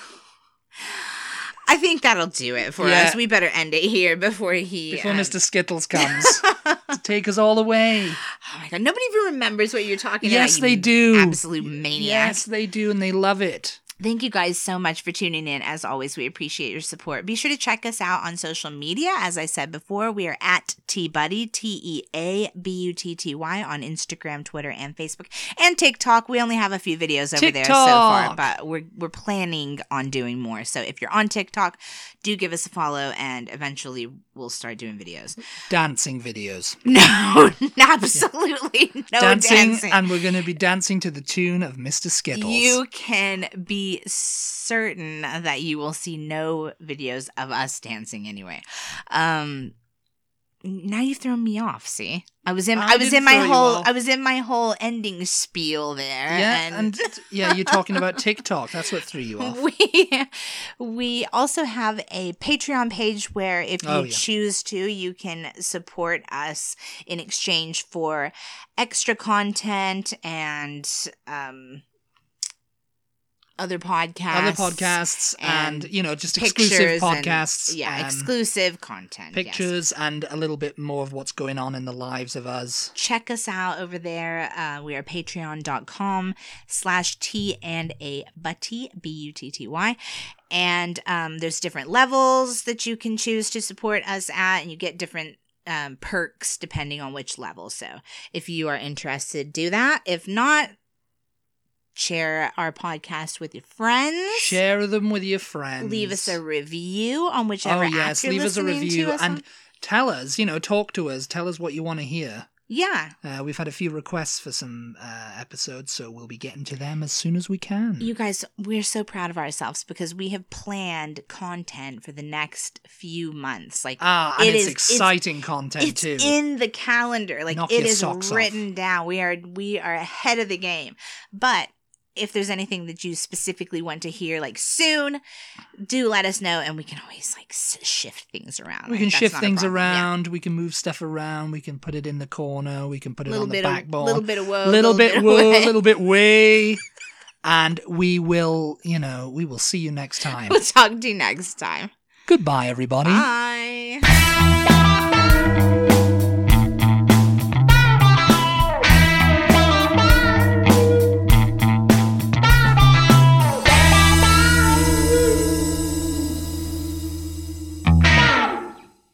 Speaker 2: I think that'll do it for
Speaker 1: Yeah.
Speaker 2: us. We better end it here before he
Speaker 1: Before
Speaker 2: um,
Speaker 1: Mr.
Speaker 2: [LAUGHS]
Speaker 1: Skittles comes to take us all away.
Speaker 2: Oh my god, nobody even remembers what you're talking
Speaker 1: Yes,
Speaker 2: about. you
Speaker 1: they do.
Speaker 2: Absolute maniacs.
Speaker 1: Yes, they do, and they love it.
Speaker 2: Thank you guys so much for tuning in. As always, we appreciate your support. Be sure to check us out on social media. As I said before, we are at T Buddy, T E A B U T T Y, on Instagram, Twitter, and Facebook, and TikTok. We only have a few videos over there so far,
Speaker 1: TikTok.
Speaker 2: but we're, we're planning on doing more. So if you're on TikTok, do give us a follow, and eventually we'll start doing videos. [LAUGHS]
Speaker 1: Dancing videos.
Speaker 2: No, [LAUGHS] absolutely no
Speaker 1: dancing,
Speaker 2: dancing.
Speaker 1: and we're going to be dancing to the tune of Mr. Skittles.
Speaker 2: You can be certain that you will see no videos of us dancing anyway. Um now you've thrown me off, see? I was in I,
Speaker 1: I
Speaker 2: was
Speaker 1: didn't
Speaker 2: in my
Speaker 1: throw you
Speaker 2: whole
Speaker 1: off.
Speaker 2: I was in my whole ending spiel there.
Speaker 1: yeah, and, yeah, you're talking about TikTok. That's what threw
Speaker 2: [LAUGHS]
Speaker 1: you off.
Speaker 2: we we also have a Patreon page where if you
Speaker 1: Oh, yeah.
Speaker 2: choose to, you can support us in exchange for extra content and um other podcasts,
Speaker 1: Other podcasts and,
Speaker 2: and
Speaker 1: you know just
Speaker 2: pictures
Speaker 1: exclusive
Speaker 2: and-
Speaker 1: podcasts,
Speaker 2: yeah,
Speaker 1: um,
Speaker 2: exclusive content, yes.
Speaker 1: pictures, and a little bit more of what's going on in the lives of us.
Speaker 2: Check us out over there. Uh, we are patreon.com slash T and A Butty, B U T T Y. And um, there's different levels that you can choose to support us at, and you get different um, perks depending on which level. So if you are interested, do that. If not, share our podcast with your friends.
Speaker 1: Share them with your friends.
Speaker 2: Leave us a review on
Speaker 1: oh
Speaker 2: whichever app
Speaker 1: yes,
Speaker 2: you're
Speaker 1: leave us a
Speaker 2: listening to
Speaker 1: review
Speaker 2: us
Speaker 1: and
Speaker 2: on.
Speaker 1: tell us. You know, talk to us. Tell us what you want to hear.
Speaker 2: yeah.
Speaker 1: Uh, we've had a few requests for some uh, episodes, so we'll be getting to them as soon as we can.
Speaker 2: You guys, we're so proud of ourselves because we have planned content for the next few months. Like
Speaker 1: Ah, and
Speaker 2: It
Speaker 1: it's
Speaker 2: is- it's-
Speaker 1: exciting content
Speaker 2: it's
Speaker 1: too.
Speaker 2: in the calendar. Like
Speaker 1: Knock
Speaker 2: it
Speaker 1: your
Speaker 2: is
Speaker 1: socks off.
Speaker 2: written down. We are we are ahead of the game. But if there's anything that you specifically want to hear, like soon, do let us know, and we can always like s- shift things around.
Speaker 1: We
Speaker 2: Like,
Speaker 1: can
Speaker 2: that's
Speaker 1: shift
Speaker 2: not a
Speaker 1: things
Speaker 2: problem. Yeah.
Speaker 1: around. We can move stuff around. We can put it in the corner. We can put it
Speaker 2: little
Speaker 1: on the
Speaker 2: bit
Speaker 1: backboard.
Speaker 2: of little bit of woe,
Speaker 1: little, bit,
Speaker 2: of
Speaker 1: whoa, [LAUGHS]
Speaker 2: way.
Speaker 1: little bit way. And we will, you know, we will see you next time.
Speaker 2: We'll talk to you next time.
Speaker 1: Goodbye, everybody.
Speaker 2: Bye.